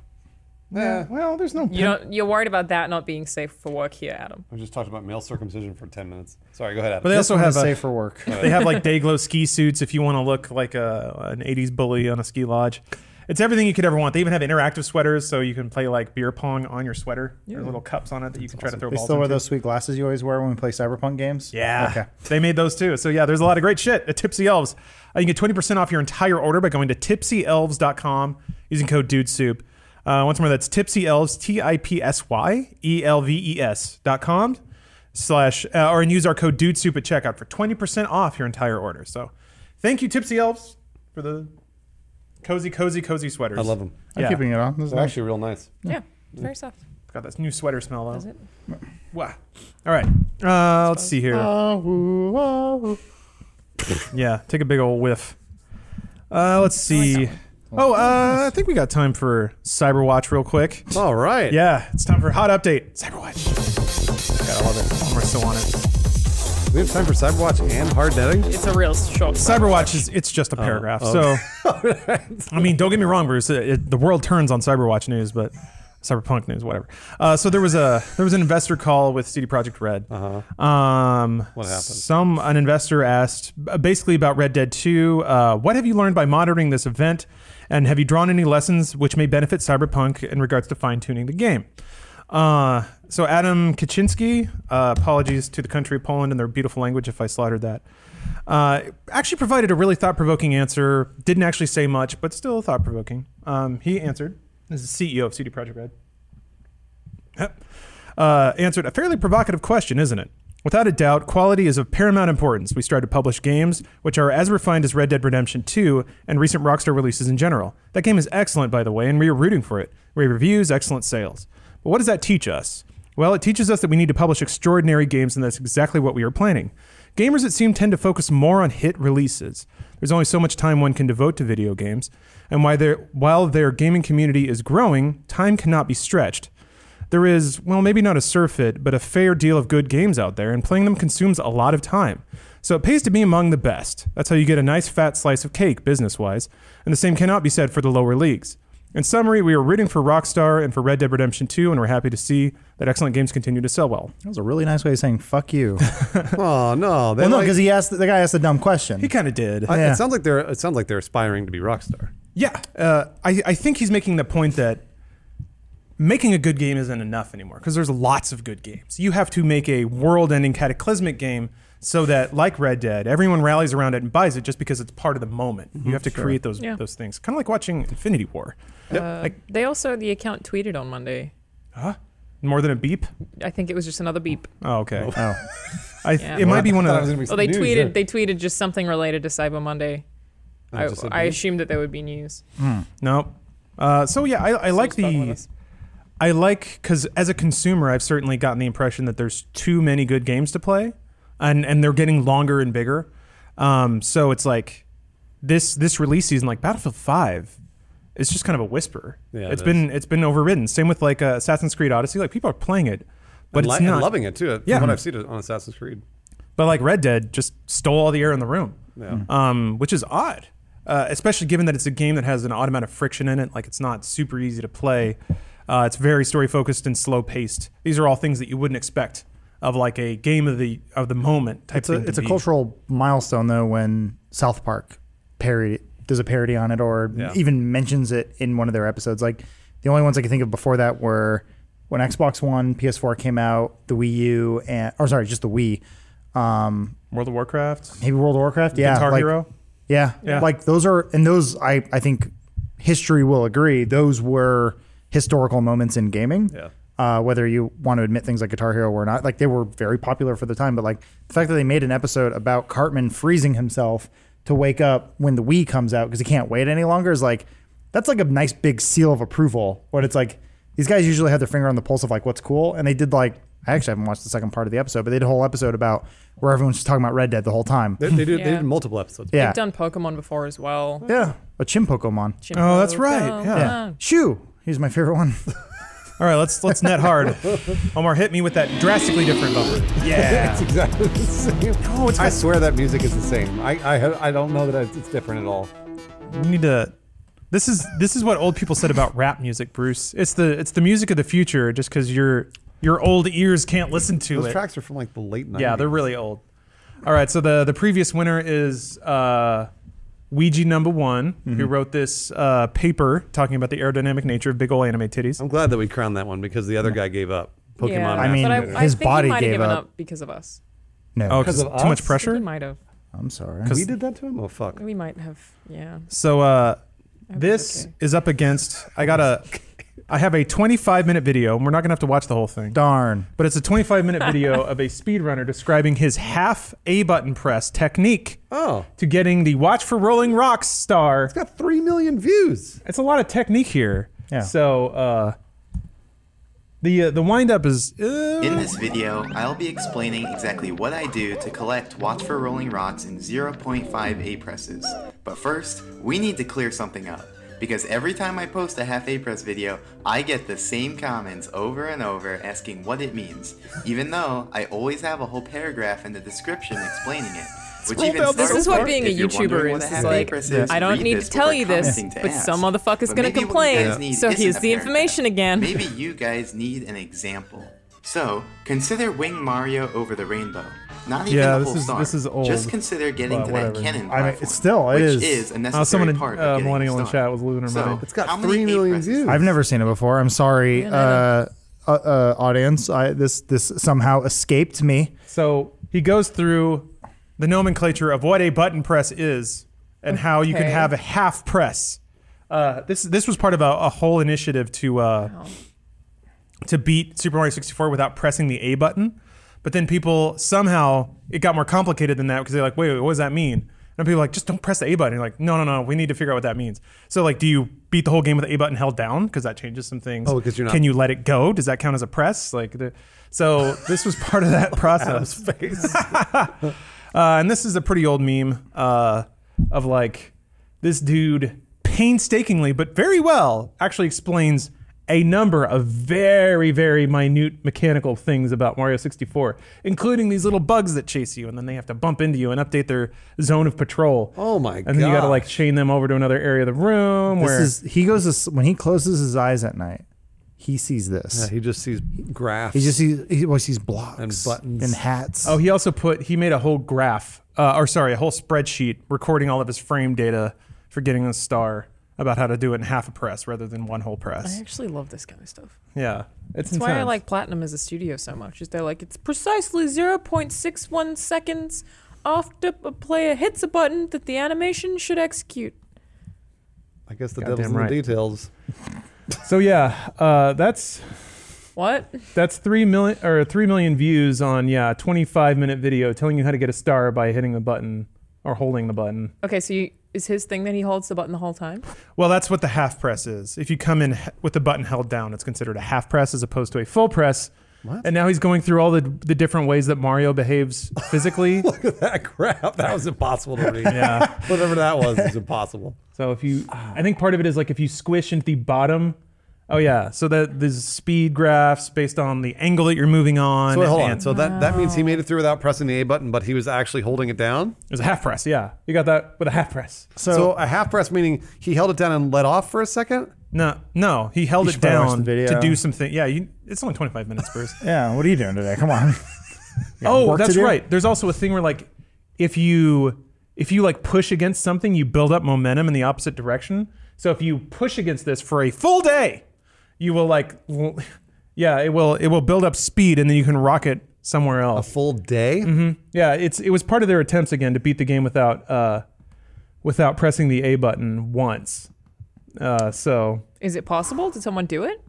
Yeah,
Well, there's no.
You don't. You're worried about that not being safe for work here, Adam.
we just talked about male circumcision for ten minutes. Sorry, go ahead. Adam.
But they also
This one
have
is
a,
safe for work.
they have like day glow ski suits if you want to look like a an 80s bully on a ski lodge. It's everything you could ever want. They even have interactive sweaters, so you can play like beer pong on your sweater. There are little cups on it that you can try to throw
They
balls.
still wear
into.
those sweet glasses you always wear when we play cyberpunk games.
Yeah.
Okay.
They made those too. So yeah, there's a lot of great shit at Tipsy Elves. Uh, you can get 20% off your entire order by going to tipsyelves.com using code DUDESoup. Uh, once more, that's Tipsy Elves, E T-I-P-S-Y-E-L-V-E-S dot com slash, uh, or and use our code DUDESoup at checkout for 20% off your entire order. So thank you, Tipsy Elves, for the cozy, cozy, cozy sweaters.
I love them.
I'm
Yeah.
keeping it on. This is
They're
nice.
actually real nice.
Yeah, it's very soft.
Got that new sweater smell, though.
Is it?
Wow. All right. Uh, let's see here.
Ah, woo, ah, woo.
Yeah, take a big old whiff. Uh, let's see. Oh, uh, I think we got time for Cyberwatch real quick.
All right.
Yeah, it's time for hot update. Cyberwatch. Gotta love it. We're still on it.
We have time for Cyberwatch and hard netting.
It's a real short.
Cyberwatch is it's just
Oh,
a paragraph. So, I mean, don't get me wrong, Bruce. It, it- the world turns on Cyberwatch news, but Cyberpunk news, whatever. Uh, so there was a there was an investor call with CD Projekt Red. Uh-huh. Um,
What happened?
Some an investor asked uh, basically about Red Dead Two. Uh, what have you learned by monitoring this event, and have you drawn any lessons which may benefit Cyberpunk in regards to fine tuning the game? Uh, so Adam Kaczynski, uh, apologies to the country of Poland and their beautiful language if I slaughtered that. Uh, actually provided a really thought-provoking answer. Didn't actually say much, but still thought-provoking. Um, he answered. This is the CEO of CD Projekt Red. Yep. Uh, answered a fairly provocative question, isn't it? Without a doubt, quality is of paramount importance. We strive to publish games which are as refined as Red Dead Redemption 2 and recent Rockstar releases in general. That game is excellent, by the way, and we are rooting for it. Rave reviews, excellent sales. But what does that teach us? Well, it teaches us that we need to publish extraordinary games, and that's exactly what we are planning. Gamers, it seems, tend to focus more on hit releases. There's only so much time one can devote to video games, and while their, while their gaming community is growing, time cannot be stretched. There is, well, maybe not a surfeit, but a fair deal of good games out there, and playing them consumes a lot of time. So it pays to be among the best. That's how you get a nice fat slice of cake, business wise, and the same cannot be said for the lower leagues. In summary, we are rooting for Rockstar and for Red Dead Redemption 2, and we're happy to see that excellent games continue to sell well.
That was a really nice way of saying "fuck you."
Oh no, they
well, no,
like-
because he asked the guy asked a dumb question.
He kind of did.
I-
yeah.
it sounds like they're it sounds like they're aspiring to be rock star.
Yeah, uh, I, I think he's making the point that making a good game isn't enough anymore because there's lots of good games. You have to make a world-ending cataclysmic game so that, like Red Dead, everyone rallies around it and buys it just because it's part of the moment. You have to create those
Yeah.
those things, kind of like watching Infinity War.
They also the account tweeted on Monday.
More than a beep.
I think it was just another beep.
Oh, okay.
oh,
I,
Yeah.
It might be one of those.
Well, they tweeted. They tweeted just something related to Cyber Monday.
Oh,
I,
just said
I
news?
assumed that there would be news.
No. Uh, so yeah, I, I like
it's fucking with
the.
us.
I like because as a consumer, I've certainly gotten the impression that there's too many good games to play, and and they're getting longer and bigger. Um, so it's like this this release season, like Battlefield Five, is just kind of a whisper.
Yeah, it
it's been it's been overridden. Same with like uh, Assassin's Creed Odyssey. Like people are playing it, but
and,
it's
li- and
not
loving it too. From
Yeah.
what I've seen on Assassin's Creed.
but like Red Dead just stole all the air in the room,
Yeah.
um, which is odd, uh, especially given that it's a game that has an odd amount of friction in it. Like it's not super easy to play. Uh, it's very story focused and slow paced. These are all things that you wouldn't expect of like a game of the of the moment type.
it's a
thing to
it's a
be.
cultural milestone though when South Park parody does a parody on it or
Yeah.
even mentions it in one of their episodes. Like the only ones I can think of before that were when Xbox One, PS4 came out, the Wii U, and or sorry, just the Wii. Um,
World of Warcraft.
maybe World of Warcraft. Yeah,
Guitar
like-
Hero?
Yeah,
Yeah.
like those are, and those I I think history will agree those were historical moments in gaming.
Yeah.
Uh, whether you want to admit things like Guitar Hero or not, like they were very popular for the time, but like the fact that they made an episode about Cartman freezing himself to wake up when the Wii comes out because he can't wait any longer is like that's like a nice big seal of approval. When it's like these guys usually have their finger on the pulse of like what's cool, and they did like I actually haven't watched the second part of the episode, but they did a whole episode about where everyone's just talking about Red Dead the whole time.
They, they, do, they
Yeah.
did multiple episodes.
Yeah,
I've done Pokemon before as well.
yeah, a chim Pokemon.
Oh, that's right, yeah.
Uh-huh.
Yeah, shoo. He's my favorite one.
All right, let's let's net hard. Omar, hit me with that drastically different bumper.
It's exactly the same. I swear that music is the same. I, I, ha- I don't know that it's it's different at all.
We need to. This is this is what old people said about rap music, Bruce. It's the it's the music of the future, just because your your old ears can't listen to
Those
it.
tracks are from like the late 90s.
yeah, they're really old. All right, so the the previous winner is uh, Ouija number one,
Mm-hmm.
who wrote this uh, paper talking about the aerodynamic nature of big old anime titties.
I'm glad that we crowned that one because the other guy gave up. Pokemon.
Yeah.
Master
I mean,
but I,
Race.
I
his
think
body
he might have
gave
given
up.
up. because of us.
No,
Oh, because
Because
too
of
much
us?
I think
pressure.
He might have.
I'm sorry.
we did that to him. Oh fuck.
We might have. Yeah.
So uh, this
okay.
is up against. I got a. I have a 25 minute video, and we're not gonna have to watch the whole thing.
Darn.
But it's a 25 minute video of a speedrunner describing his half A button press technique
Oh,
to getting the Watch for Rolling Rocks star.
it's got three million views.
It's a lot of technique here.
Yeah.
So uh, the uh, the wind up is
In
uh,
this video, I'll be explaining exactly what I do to collect Watch for Rolling Rocks in 0.5 A presses. But first, we need to clear something up. Because every time I post a half A press video, I get the same comments over and over asking what it means, even though I always have a whole paragraph in the description explaining it. Which
Scroll down,
This
starts
is what
with,
being a
if you're wondering
YouTuber
what
is. It's
the half A
like,
press is,
I don't
read
need
this
to tell
before
you this,
commenting to
but
ask.
some motherfucker's
But
gonna
maybe what you guys
complain,
need
so
isn't
here's
a
the
paragraph.
information again.
Maybe you guys need an example. So consider Wing Mario over the rainbow. Not even
Yeah,
the
this
whole
is-
star.
this is old.
Just consider getting
Well,
to
whatever.
that cannon
I mean,
platform,
it's still- it
which
is-
is, a
Uh,
necessary
someone in,
part
uh,
of getting
millennial in
star.
chat was losing her
so,
mind.
It's got
how many
three
eight
million
presses?
views.
I've never seen it before. I'm sorry,
Yeah,
uh,
neither.
uh, uh, audience. I, this this somehow escaped me.
so he goes through the nomenclature of what a button press is and how you can
Okay.
have a half press. Uh, this this was part of a, a whole initiative to uh, to beat Super Mario 64 without pressing the A button. But then people somehow it got more complicated than that because they're like, wait, wait, what does that mean? And people are like, just don't press the A button. You're like, no, no, no, we need to figure out what that means. So like, do you beat the whole game with the A button held down because that changes some things?
Oh, 'cause you're not-
Can you let it go? Does that count as a press? Like, the, so this was part of that process. Uh, and this is a pretty old meme uh, of like this dude painstakingly but very well actually explains a number of very very minute mechanical things about Mario 64, including these little bugs that chase you and then they have to bump into you and update their zone of patrol.
Oh my
And then you got to like
gosh.
chain them over to another area of the room.
This
where
is he goes to, s- when he closes his eyes at night. He sees this.
Yeah, he just sees graphs.
he just sees he always sees blocks
And buttons.
and hats.
Oh, he also put he made a whole graph, uh, or sorry, a whole spreadsheet recording all of his frame data for getting a star about how to do it in half a press rather than one whole
I
press.
actually love this kind of stuff.
Yeah, it's
That's why I
intense.
like Platinum as a studio so much. Is they're like it's precisely 0.61 seconds after a player hits a button that the animation should execute.
I guess the
Goddamn
devil's in
right.
the details.
So yeah, uh, that's
What?
that's three million or three million views on yeah twenty five minute video telling you how to get a star by hitting the button or holding the button.
Okay, so you, is his thing that he holds the button the whole time?
Well, that's what the half press is. If you come in h- with the button held down, it's considered a half press as opposed to a full press.
What?
And now he's going through all the the different ways that Mario behaves physically.
Look at that crap. That was impossible to read.
Yeah.
Whatever that was, is impossible.
So if you,
Ah.
I think part of it is like if you squish into the bottom. Oh yeah. So that there's speed graphs based on the angle that you're moving on.
So wait, hold on.
and-
So that, that means he made it through without pressing the A button, but he was actually holding it down.
there's a half press. Yeah, you got that with a half press.
So, a half press meaning he held it down and let off for a second.
No, no, he held it
should probably watch
down
the video.
to do something. Yeah, you, it's only 25 minutes, Bruce.
yeah, what are you doing today? Come on.
oh,
work to
that's
do.
right. There's also a thing where like if you if you like push against something, you build up momentum in the opposite direction. So if you push against this for a full day, you will like l- yeah, it will it will build up speed and then you can rocket somewhere
A
else.
full day.
Mm-hmm.
Yeah, it's it was part of their attempts again to beat the game without uh without pressing the A button once. Uh so
Is it possible? Did someone do it?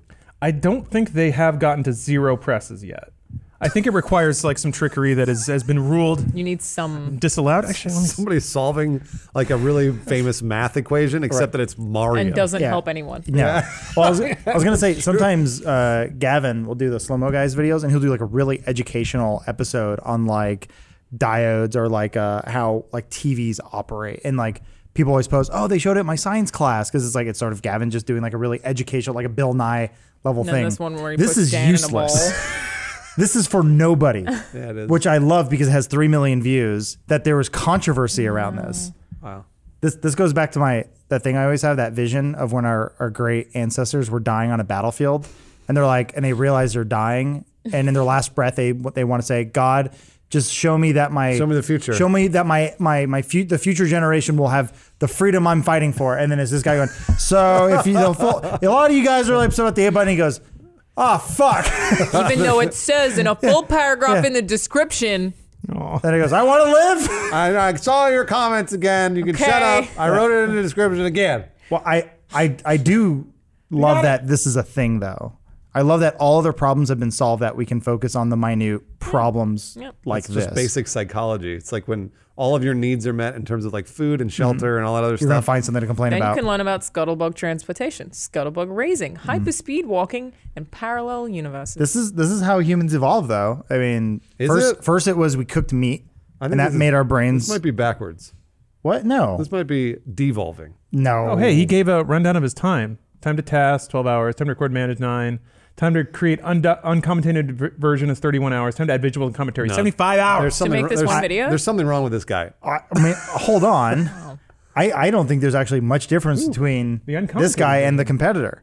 I don't think they have gotten to zero presses yet. I think it requires like some trickery that is, has been ruled
You need some.
disallowed. Actually, let me
Somebody's solving like a really famous math equation, except that it's Mario.
And doesn't
Yeah.
help anyone.
No. well, I was, I was gonna say sometimes uh, Gavin will do the slow mo guys videos, and he'll do like a really educational episode on like diodes or like uh, how like TVs operate, and like people always post, oh, they showed it in my science class because it's like it's sort of Gavin just doing like a really educational, like a Bill Nye level
And
thing.
then this one where he
this
puts
is
Dan
useless.
in a wall.
This is for nobody,
Yeah, it is.
which I love because it has three million views. That there was controversy around
Mm.
this.
Wow.
This this goes back to my that thing I always have that vision of when our our great ancestors were dying on a battlefield, and they're like, and they realize they're dying, and in their last breath they what they want to say, God, just show me that my
Show me the future."
show me that my my my fu- the future generation will have the freedom I'm fighting for, and then it's this guy going, so if you the full, a lot of you guys are like upset about the A button, he goes, ah fuck.
Even though it says in a full paragraph in the description,
Then he goes, I want to live.
I, I saw your comments again. You can shut up.
Okay.
I wrote it in the description again.
Well, I, I, I do love that this is a thing, though. I love that all other problems have been solved. That we can focus on the minute problems
Yep.
like
it's
this.
just basic psychology. It's like when all of your needs are met in terms of like food and shelter and all that other
Mm-hmm. You're gonna
stuff.
find something to complain
then you
about. Hmm.
can learn about scuttlebug transportation, scuttlebug raising, hyperspeed walking, and parallel universes.
this is this is how humans evolve, though. I mean,
Is
first
it?
first it was we cooked meat,
I think
and that
this is-
made our brains.
This might be backwards.
what? No,
This might be devolving.
no.
Oh, hey, he gave a rundown of his time. Time to task, 12 hours. Time to record, manage, 9. Time to create und- uncommented v- version is 31 hours. Time to add visual and commentary, 75
There's
hours.
something
make this
there's-
one video?
There's something wrong with this guy.
I, I mean, hold on. I, I don't think there's actually much difference between
the uncommented
this guy and the competitor.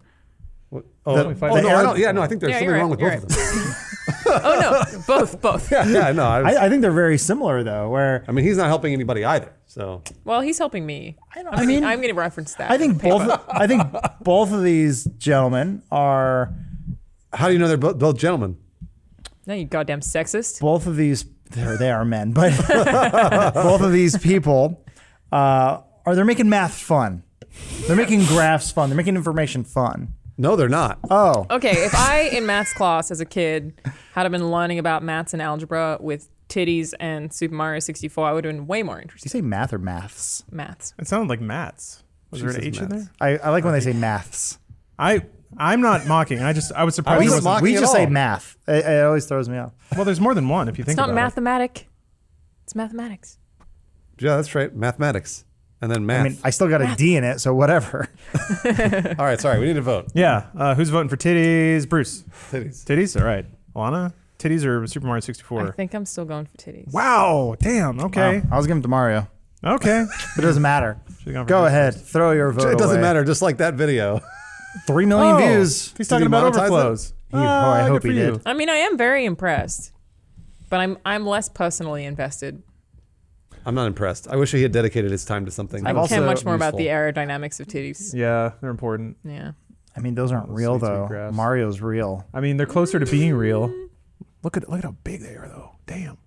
Oh,
The-
oh,
the
no,
air-
I don't, yeah, no, I think there's
Yeah,
something
you're
wrong
right,
with
you're
both of them.
oh no, both, both.
yeah, no, I, was,
I,
I,
I think they're very similar, though. Where
mean, he's not helping anybody either. So
Well, he's helping me. I,
don't-
am
I mean-
I'm going to reference that.
I think
in the
both.
paper.
I think both of these gentlemen are
how do you know they're both, both gentlemen?
No, you goddamn sexist.
both of these. They're, they are men, but both of these people uh, are they're making math fun. They're making graphs fun. They're making information fun.
No, they're not.
Oh,
Okay, if I in maths class as a kid had been learning about maths and algebra with titties and Super Mario 64, I would have been way more
do you
interested.
say math or maths?
Maths.
It sounded like Matt's. Was there an
says
H in
Matt's.
there?
I, I like when they say maths.
I, I'm not mocking. I just, I was surprised.
wasn't
there wasn't-
mocking.
We
at
just
all.
say math. It, it always throws me off.
well, there's more than one if you
It's
think
not
about
mathematic. It's mathematics.
Yeah, that's right. Mathematics and then math.
I mean, I still got a D in it, so whatever.
all right, sorry, we need to vote.
it. Yeah. Uh, who's voting for titties? Bruce.
Titties.
Titties? All right. Alana? Titties or Super Mario 64?
I think I'm still going for titties.
wow. Damn. Okay.
Wow, Um, I was giving it to Mario,
Okay.
but it doesn't matter.
gone for
Go
math
ahead, throw your vote.
It doesn't
away.
matter. Just like that video.
Three million
Oh,
views.
He's
Did
talking
he
about
monetize it?
overflows.
He- oh, I
Ah,
hope
good
he
for you.
did.
I mean, I am very impressed, but I'm I'm less personally invested.
I'm not impressed. I wish he had dedicated his time to something.
I
that was
care
also
much more about the
useful.
aerodynamics of titties.
Yeah, they're important.
Yeah.
I mean, those aren't real
sweet, sweet
though.
grass.
Mario's real.
I mean, they're closer to being real. Look at look at how big they are, though. Damn.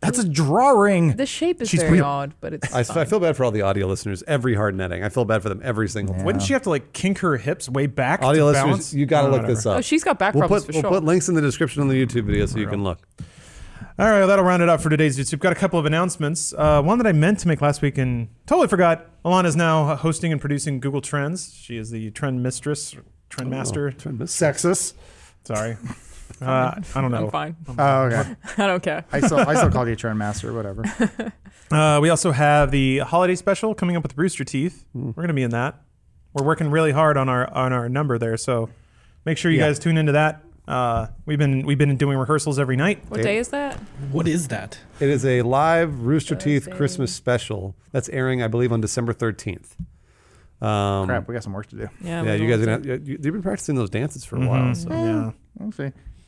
That's a drawing.
The shape is
She's
very
real.
odd, but it's.
I,
fun.
I feel bad for all the audio listeners. Every hard netting, I feel bad for them every single time.
Wouldn't she have to like kink her hips way back?
Audio
to
listeners,
balance?
you got to
Oh,
look this
whatever.
up.
oh, she's got back
we'll
problems
put
for
we'll
sure.
put links in the description on the YouTube video so you can look.
All right, well, that'll round it up for today's YouTube. We've got a couple of announcements. Uh, one that I meant to make last week and totally forgot. Alana is now hosting and producing Google Trends. She is the trend mistress,
Oh.
trend master.
Sexist.
Sorry. Uh, I don't know.
I'm fine.
Oh, okay.
I don't care.
I still, I still called you Trend Master, whatever.
Uh, we also have the holiday special coming up with Rooster Teeth. We're gonna be in that. We're working really hard on our on our number there, so make sure you guys tune into that. Uh, we've been we've been doing rehearsals every night.
What day is that?
What is that?
It is a live Rooster Teeth Christmas special that's airing, I believe, on December 13th. Um,
Crap, we got some work to do.
Yeah.
Yeah,
we
you guys
will.
are gonna, you, you've been practicing those dances for a while. So.
Yeah.
Let's see.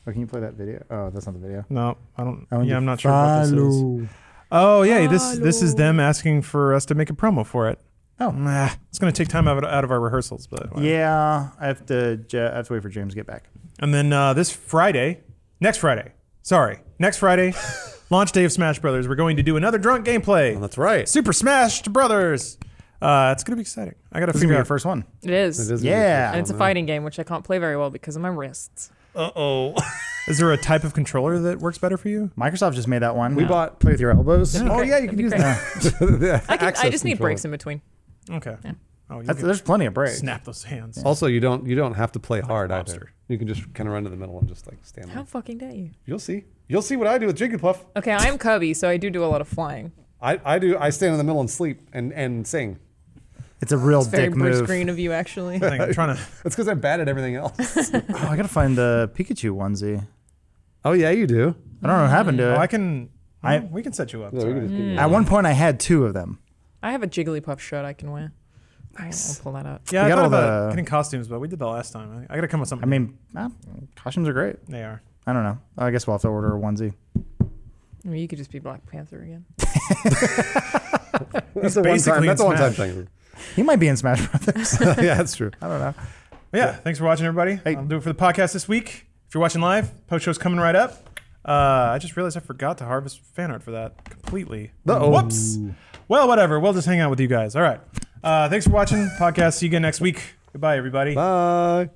Oh, can you play that video? Oh, that's not the video.
No, I don't.
I want
yeah,
to
I'm not sure what this is.
follow.
Oh yeah, this this is them asking for us to make a promo for it.
Oh.
Nah, it's gonna take time out, out of our rehearsals, but whatever.
Yeah, I have to. Ja- I have to wait for James to get back.
And then uh, this Friday, next Friday, sorry, next Friday, launch day of Smash Brothers. We're going to do another drunk gameplay.
That's right.
Super Smash Brothers. Uh, it's gonna be exciting. I gotta
This is gonna
figure
be our
out.
first one.
It is.
It is gonna be
Yeah.
fun,
And it's a
yeah.
fighting game, which I can't play very well because of my wrists.
Uh oh.
Is there a type of controller that works better for you?
Microsoft just made that one.
We bought-
play with your elbows.
Oh
great.
yeah, you
That'd
can
be
use
great.
that. The
I, can, I
access
just need
controller.
breaks in between.
Okay. Oh, you
That's,
can
there's plenty of breaks.
snap those hands.
Also, you don't you don't have to play hard
lobster.
either. You can just kind of run to the middle and just like stand
How
there.
fucking dare you?
You'll see. You'll see what I do with Jigglypuff.
Okay, I am Cubby, so I do do a lot of flying.
I, I do. I stand in the middle and sleep and and sing.
It's a real
Very
dick
Bruce
move.
Green of you, actually.
I think I'm trying to.
That's because I'm bad at everything else.
Oh, I gotta find the Pikachu onesie.
oh yeah, you do.
I don't know what happened to it.
Oh, I can. I we can set you up. it's all right.
Mm.
At one point, I had two of them.
I have a Jigglypuff shirt I can wear. Nice. I'll pull that out.
Yeah,
We
I
got
thought
all
about
the-
getting costumes, but we did that last time. I, I got to come up with something.
I mean, ah, costumes are great.
they are.
I don't know. I guess we'll have to order a onesie.
I mean, you could just be Black Panther again.
That's a one time.
basically
That's a
in
one time
Smash.
thing.
He might be in Smash Brothers.
yeah, that's true.
But yeah, thanks for watching, everybody. I'll do it for the podcast this week. If you're watching live, post show's coming right up. Uh, I just realized I forgot to harvest fan art for that completely.
Uh-oh.
Whoops. Well, whatever. We'll just hang out with you guys. All right. Uh, thanks for watching podcast. See you again next week. Goodbye, everybody.
Bye.